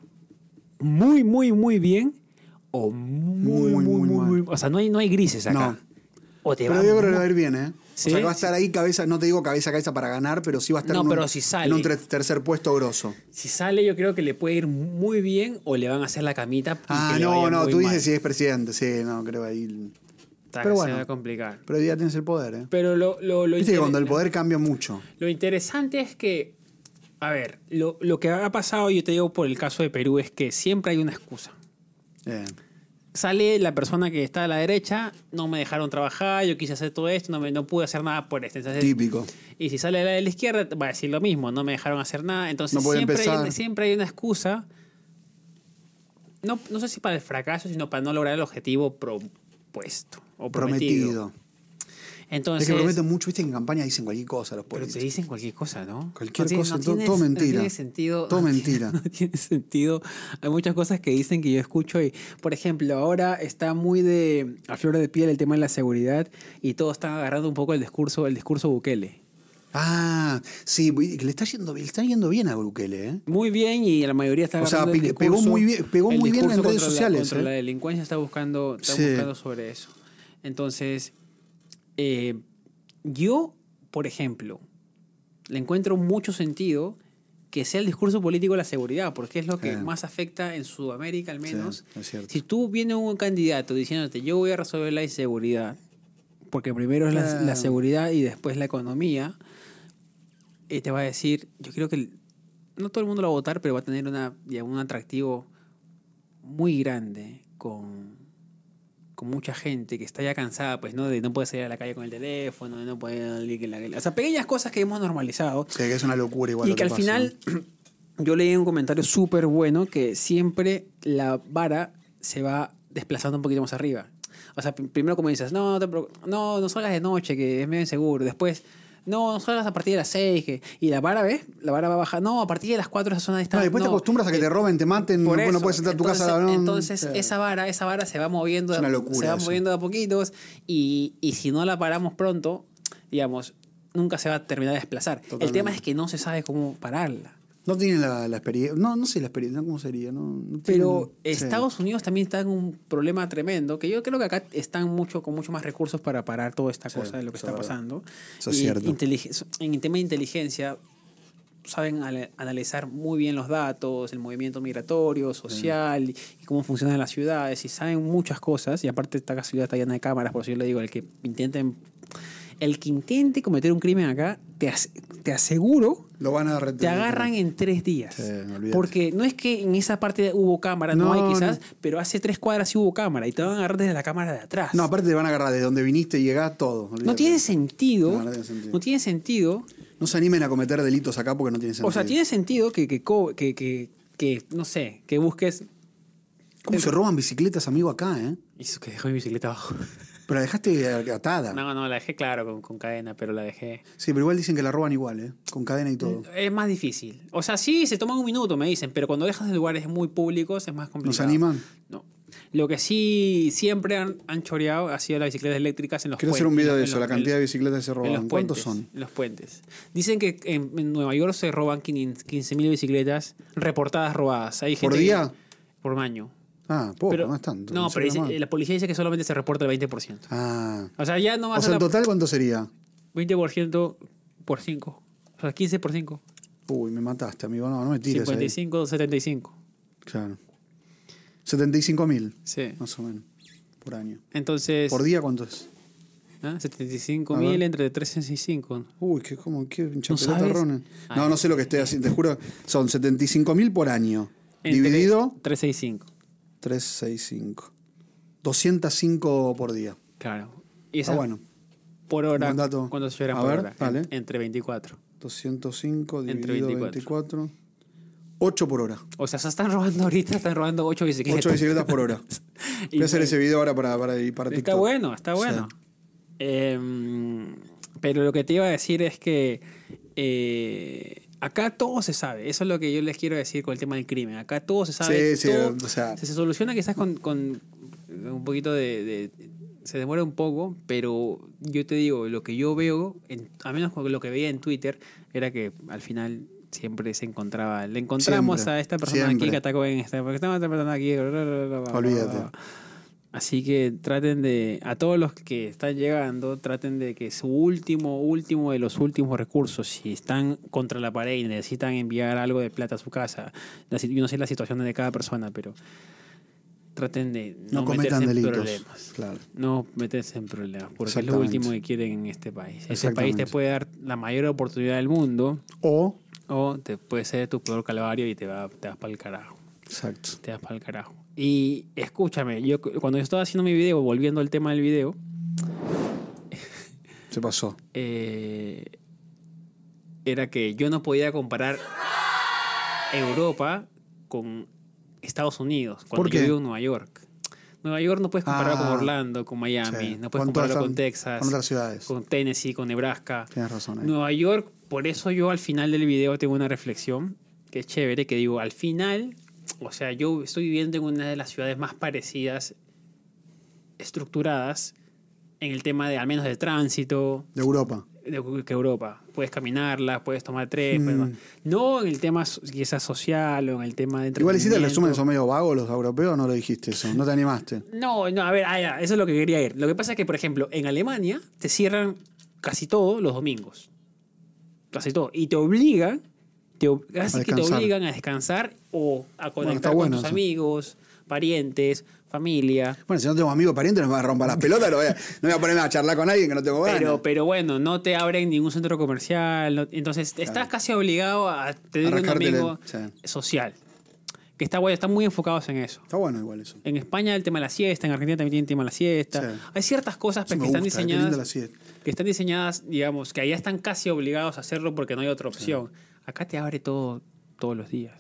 muy, muy, muy bien, o muy, Muy, muy, muy muy, mal. muy- O sea, no hay, no hay grises acá. No. O te Pero va yo creo que muy- le va a ir bien, ¿eh? ¿Sí? O sea, que va a estar ahí cabeza, no te digo cabeza a cabeza para ganar, pero sí va a estar No, en, un, pero si sale. en un tre- tercer puesto grosso. Si sale, yo creo que le puede ir muy bien o le van a hacer la camita. y Ah, que le no, vaya no, muy tú dices mal. si es presidente, sí, no, creo ahí. Está Pero que bueno. se va a complicar. Pero hoy día tienes el poder, ¿eh? Pero lo, lo, lo Viste que inter- cuando el poder cambia mucho. lo interesante es que, a ver, lo, lo que ha pasado, yo te digo por el caso de Perú, es que siempre hay una excusa. Eh, Sale la persona que está a la derecha, no me dejaron trabajar, yo quise hacer todo esto, no, me, no pude hacer nada por esto. Entonces, típico. Y si sale la de la izquierda, va a decir lo mismo, no me dejaron hacer nada. Entonces No puede siempre, hay empezar. una, siempre hay una excusa, no, no sé si para el fracaso, sino para no lograr el objetivo propuesto o prometido. Prometido. Entonces, es que prometen mucho, viste que en campaña dicen cualquier cosa los pero políticos. te dicen cualquier cosa, ¿no? Cualquier No tiene- cosa, no todo- tiene- todo No mentira. tiene sentido. Todo no tiene- mentira. No tiene sentido. Hay muchas cosas que dicen que yo escucho y, por ejemplo, ahora está muy de a flor de piel el tema de la seguridad y todos están agarrando un poco el discurso, el discurso Bukele. Ah, sí, y que le está yendo, le está yendo bien a Bukele, ¿eh? Muy bien y la mayoría está O sea, agarrando el pe- pegó discurso- muy bien- pegó el muy bien en discurso redes contra sociales, La, contra ¿eh? la delincuencia está buscando, está Sí. buscando sobre eso. Entonces, eh, yo, por ejemplo, le encuentro mucho sentido que sea el discurso político la seguridad, porque es lo que Sí. más afecta en Sudamérica al menos. es cierto. Si tú viene un candidato diciéndote yo voy a resolver la inseguridad, porque primero es la, Claro. la seguridad y después la economía, eh, te va a decir, yo creo que el- no todo el mundo lo va a votar, pero va a tener una, ya, un atractivo muy grande con, con mucha gente que está ya cansada, pues, ¿no? De no poder salir a la calle con el teléfono, de no poder... O sea, pequeñas cosas que hemos normalizado Sí, que es una locura igual. y lo que al pasa, final, yo leí un comentario súper bueno que siempre la vara se va desplazando un poquito más arriba. O sea, pr- primero como dices, no, no, te preocu- no, no salgas de noche, que es medio inseguro. Después, no, no salgas a partir de las 6. que- Y la vara, ¿ves? La vara va a bajar. No, a partir de las 4 esa zona de ¿no? No, distancia. después te acostumbras a que te roben, te maten, no, eh, Por no eso. puedes entrar a tu entonces, casa. ¿no? Entonces, Sí. esa vara, esa vara se va moviendo, Es una locura se va eso. moviendo de a poquitos y, y si no la paramos pronto, digamos, nunca se va a terminar de desplazar. El tema Totalmente. es que no se sabe cómo pararla. No tienen la, la experiencia. No, no sé la experiencia, ¿cómo sería? No, no Pero tienen- Mm, sí. Estados Unidos también está en un problema tremendo, que yo creo que acá están mucho con mucho más recursos para parar toda esta Sí, cosa de lo que eso está es verdad. pasando. Eso es Y cierto. inteligen- En el tema de inteligencia, saben ala- analizar muy bien los datos, el movimiento migratorio, social, y cómo funcionan las ciudades, y saben muchas cosas, y aparte esta ciudad está llena de cámaras, por eso yo le digo, el que intenten... El que intente cometer un crimen acá, te, as- te aseguro Lo van a retener. te agarran en tres días. Sí, olvídate. porque no es que en esa parte hubo cámara, no, No, hay quizás, pero hace tres cuadras sí hubo cámara y te van a agarrar desde la cámara de atrás. No, aparte te van a agarrar de donde viniste y llegás, todo. no olvídate. tiene sentido. No, no tiene sentido. no tiene sentido. No se animen a cometer delitos acá porque no tiene sentido. O sea, tiene sentido que, que, co- que, que, que, no sé, que busques. ¿Cómo se roban bicicletas, amigo, acá, eh? Y eso que dejó mi bicicleta abajo. Pero la dejaste atada. No, no, la dejé claro con, con cadena, pero la dejé. Sí, pero igual dicen que la roban igual, ¿eh? Con cadena y todo. Es más difícil. O sea, sí, se toman un minuto, me dicen, pero cuando dejas en lugares muy públicos es más complicado. ¿Nos animan? No. Lo que sí siempre han, han choreado ha sido las bicicletas eléctricas en los Quiero puentes. hacer un video en de los- eso, la en- cantidad de bicicletas que se en roban. los ¿Cuántos puentes, son? en los puentes. Dicen que en, en Nueva York se roban 15 15.000 bicicletas reportadas robadas. Hay ¿Por gente que- día? por año. Ah, poco, Pero- no es tanto. No, se pero llama. dice- eh, la policía dice que solamente se reporta el 20%. Ah. O sea, ya no va O a sea, ser en total, ¿cuánto sería? 20% por 5. O sea, 15 por 5. Uy, me mataste, amigo. No, no me tires. ahí. 55, 75. Claro. 75 mil, Sí. más o menos, por año. Entonces, ¿Por día cuánto es? ¿ah? A 75.000 ver. entre 365. Uy, qué, como, qué pinche ¿No pelota, sabes? Ah, Ronen. Ay. No, no sé lo que estoy haciendo, te juro. Son 75 mil por año. Entre Dividido 365. 365. 205 por día. Claro. Y esa Está Ah, bueno. por hora. Buen dato. ¿Cuánto se llora A por ver, hora? En- dale. entre 24. 205 Entre dividido 24. 8 por hora. O sea, se están robando ahorita, están robando 8 bicicletas. 8 bicicletas por hora. Y- Voy a hacer ese video ahora para, para, y para Está TikTok. bueno, está Sí. bueno. Em, pero lo que te iba a decir es que eh, acá todo se sabe. Eso es lo que yo les quiero decir con el tema del crimen. Acá todo se sabe. Sí, eh, sí, todo- o sea- se, se soluciona quizás con, con eh, un poquito de, de- Se demora un poco, pero yo te digo, lo que yo veo, en- a menos con lo que veía en Twitter, era que al final siempre se encontraba. Le encontramos Siempre, a esta persona aquí siempre. que atacó en esta, porque estaba esta persona aquí. bla, bla, bla, bla, bla, Olvídate. bla. Así que traten de, a todos los que están llegando, traten de que su último, último de los últimos recursos, si están contra la pared y necesitan enviar algo de plata a su casa, la si- yo no sé las situaciones de cada persona, pero traten de No, no, cometan meterse en delitos. problemas. Claro. No meterse en problemas, porque es lo Exactamente. último que quieren en este país. Ese país Exactamente. te puede dar la mayor oportunidad del mundo O, o te puede ser tu peor calvario y te, va, te vas para el carajo. exacto. Te vas para el carajo. Y escúchame, yo cu- cuando yo estaba haciendo mi video, volviendo al tema del video, Se pasó. eh, era que yo no podía comparar Europa con Estados Unidos cuando ¿Por yo qué? vivo en Nueva York. Nueva York no puedes compararlo Ah, con Orlando, con Miami, sí. no puedes Con todas compararlo las- con Texas, con otras ciudades. con Tennessee, con Nebraska. Tienes razón ahí. Nueva York, por eso yo al final del video tengo una reflexión que es chévere, que digo, al final, o sea, yo estoy viviendo en una de las ciudades más parecidas, estructuradas, en el tema de, al menos de tránsito, De Europa. de- que Europa. Puedes caminarla, puedes tomar tren, Mm. puedes- no en el tema so- quizás social o en el tema de Igual hiciste el resumen, entretenimiento. son medio vagos los europeos, no lo dijiste eso, no te animaste. No, no, a ver, ah, ya, eso es lo que quería ir. Lo que pasa es que, por ejemplo, en Alemania te cierran casi todo los domingos. Casi todo. Y te obligan, te, ob- casi que te descansar. obligan a descansar o a está conectar bueno con tus eso. amigos, parientes, familia. Bueno, si no tengo amigos, parientes, no me van a romper las pelotas, no voy a, no voy a ponerme a charlar con alguien que no tengo ganas. Pero, pero bueno, no te abren ningún centro comercial. no- entonces estás casi obligado a tener un Arrancártela, domingo sí. social. Que está bueno, están muy enfocados en eso. Está bueno igual eso. En España el tema de la siesta, en Argentina también tienen el tema de la siesta. Sí. Hay ciertas cosas Eso pues, me que están gusta, qué linda diseñadas la siesta. que están diseñadas, digamos, que allá están casi obligados a hacerlo porque no hay otra opción. Acá te abre todo todos los días.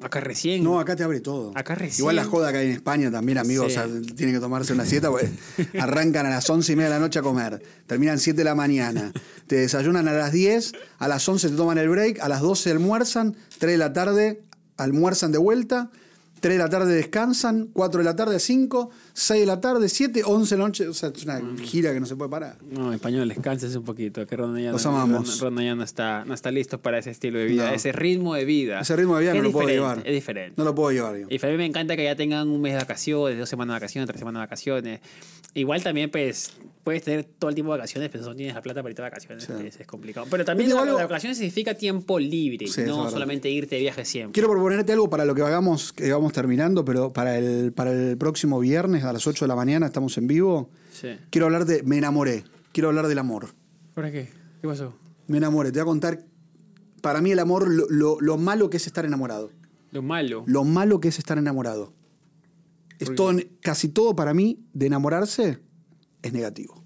Acá recién. No, acá te abre todo. Acá recién- Igual la joda que hay en España también, amigos. Sí. o sea, tienen que tomarse una siesta. porque arrancan a las 11 y media de la noche a comer. Terminan 7 de la mañana. Te desayunan a las 10. A las 11 te toman el break. A las 12 almuerzan. 3 de la tarde almuerzan de vuelta. 3 de la tarde descansan. 4 de la tarde, 5. 6 de la tarde, 7. 11 de la noche. O sea, es Mm. una gira que no se puede parar. No, español, descanses un poquito, que Ronda ya, Los no, amamos. Ronda ya no, está, no está listo para ese estilo de vida, No. ese ritmo de vida. Ese ritmo de vida Es no lo puedo diferente, llevar. Es diferente. No lo puedo llevar yo. Y a mí me encanta que ya tengan un mes de vacaciones, dos semanas de vacaciones, tres semanas de vacaciones. Igual también, pues, puedes tener todo el tiempo de vacaciones, pero no tienes la plata para irte de vacaciones. Sí. pues, es complicado. Pero también Yo la, te digo la algo- vacaciones significa tiempo libre, Sí, eso es no verdad. solamente irte de viaje siempre. Quiero proponerte algo para lo que hagamos, que vamos terminando, pero para el, para el próximo viernes a las 8 de la mañana estamos en vivo. Sí. Quiero hablar de. Me enamoré. Quiero hablar del amor. ¿Por qué? ¿Qué pasó? Me enamoré. Te voy a contar. Para mí, el amor, lo, lo- lo malo que es estar enamorado. Lo malo. Lo malo que es estar enamorado. Es todo- casi todo para mí de enamorarse es negativo.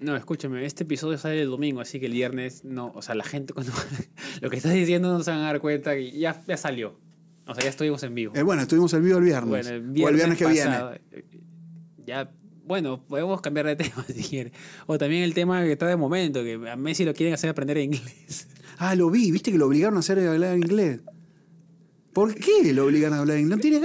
No, escúchame, este episodio sale el domingo, así que el viernes no. O sea, la gente cuando. lo que estás diciendo no se van a dar cuenta que ya, ya salió. O sea, ya estuvimos en vivo. Eh, bueno, estuvimos el vivo el viernes. Bueno, el o el viernes, viernes que viene. pasado. eh, Ya, bueno, podemos cambiar de tema si quieres. O también el tema que está de momento, que a Messi lo quieren hacer aprender inglés. Ah, lo vi, viste que lo obligaron a hacer hablar inglés. ¿Por qué lo obligan a hablar inglés? Ah, No tiene Eh,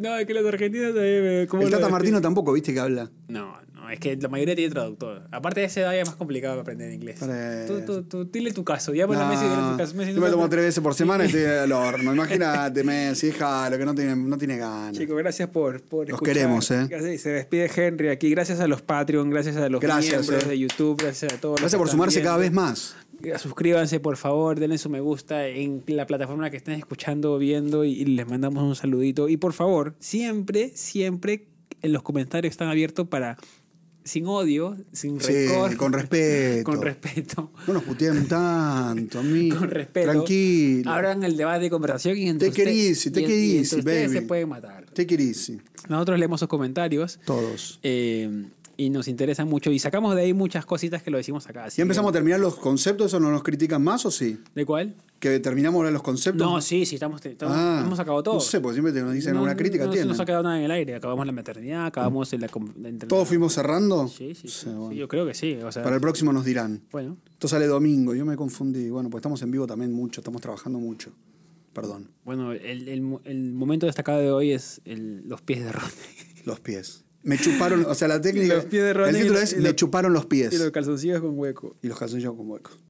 no, es que los argentinos también. me- ¿cómo El lo Tata definen? Martino tampoco, viste que habla. No, no, es que la mayoría tiene traductor. Aparte de esa edad ya es más complicado aprender inglés. Por Tú, eso. tú, tú, dile tu caso, ya Ah, bueno, No, Messi, dile tu caso. Messi, yo me no- tomo tres veces por semana y estoy al horno. Imagínate, Messi, hija, lo que no tiene, no tiene ganas. Chicos, gracias por, por Los escuchar. queremos, ¿eh? Gracias. Se despide Henry aquí. Gracias a los Patreon, gracias a los Gracias, miembros ¿eh? de YouTube, gracias a todos. los Gracias que por están sumarse cada viendo. vez más. Suscríbanse, por favor, denle su me gusta en la plataforma que estén escuchando o viendo y, y les mandamos un saludito. Y por favor, siempre, siempre en los comentarios están abiertos para, sin odio, sin Sí, rencor, con respeto. con respeto. No nos puteen tanto, a mí. Con respeto. Tranquilo. Abran el debate de conversación y entre Take it ustedes- easy, y take it en- y entre easy, ustedes baby. se pueden matar. Take it easy. Nosotros leemos sus comentarios Todos. eh, y nos interesan mucho. Y sacamos de ahí muchas cositas que lo decimos acá. así ¿Ya empezamos a terminar los conceptos? ¿Eso no nos critican más o sí? que- ¿De cuál? ¿Que terminamos ahora los conceptos? No, sí, sí, estamos, estamos- Ah, hemos acabado todo. No sé, porque siempre te nos dicen alguna crítica. no, tienen. No se ha quedado nada en el aire. Acabamos la maternidad, acabamos en la... com- la entrenada. ¿Todos fuimos cerrando? Sí, sí, sí, Sí, sí, bueno. Yo creo que sí. O sea, Para el próximo nos dirán. bueno, Esto sale domingo, yo me confundí. Bueno, pues estamos en vivo también mucho, estamos trabajando mucho. Perdón, bueno el, el mo- el momento destacado de hoy es el- los pies de Ronnie. los pies. Me chuparon, o sea, la técnica. Los pies de Ronnie el título y lo- es y lo- Me chuparon los pies. calzoncillos con hueco. y los calzoncillos con hueco.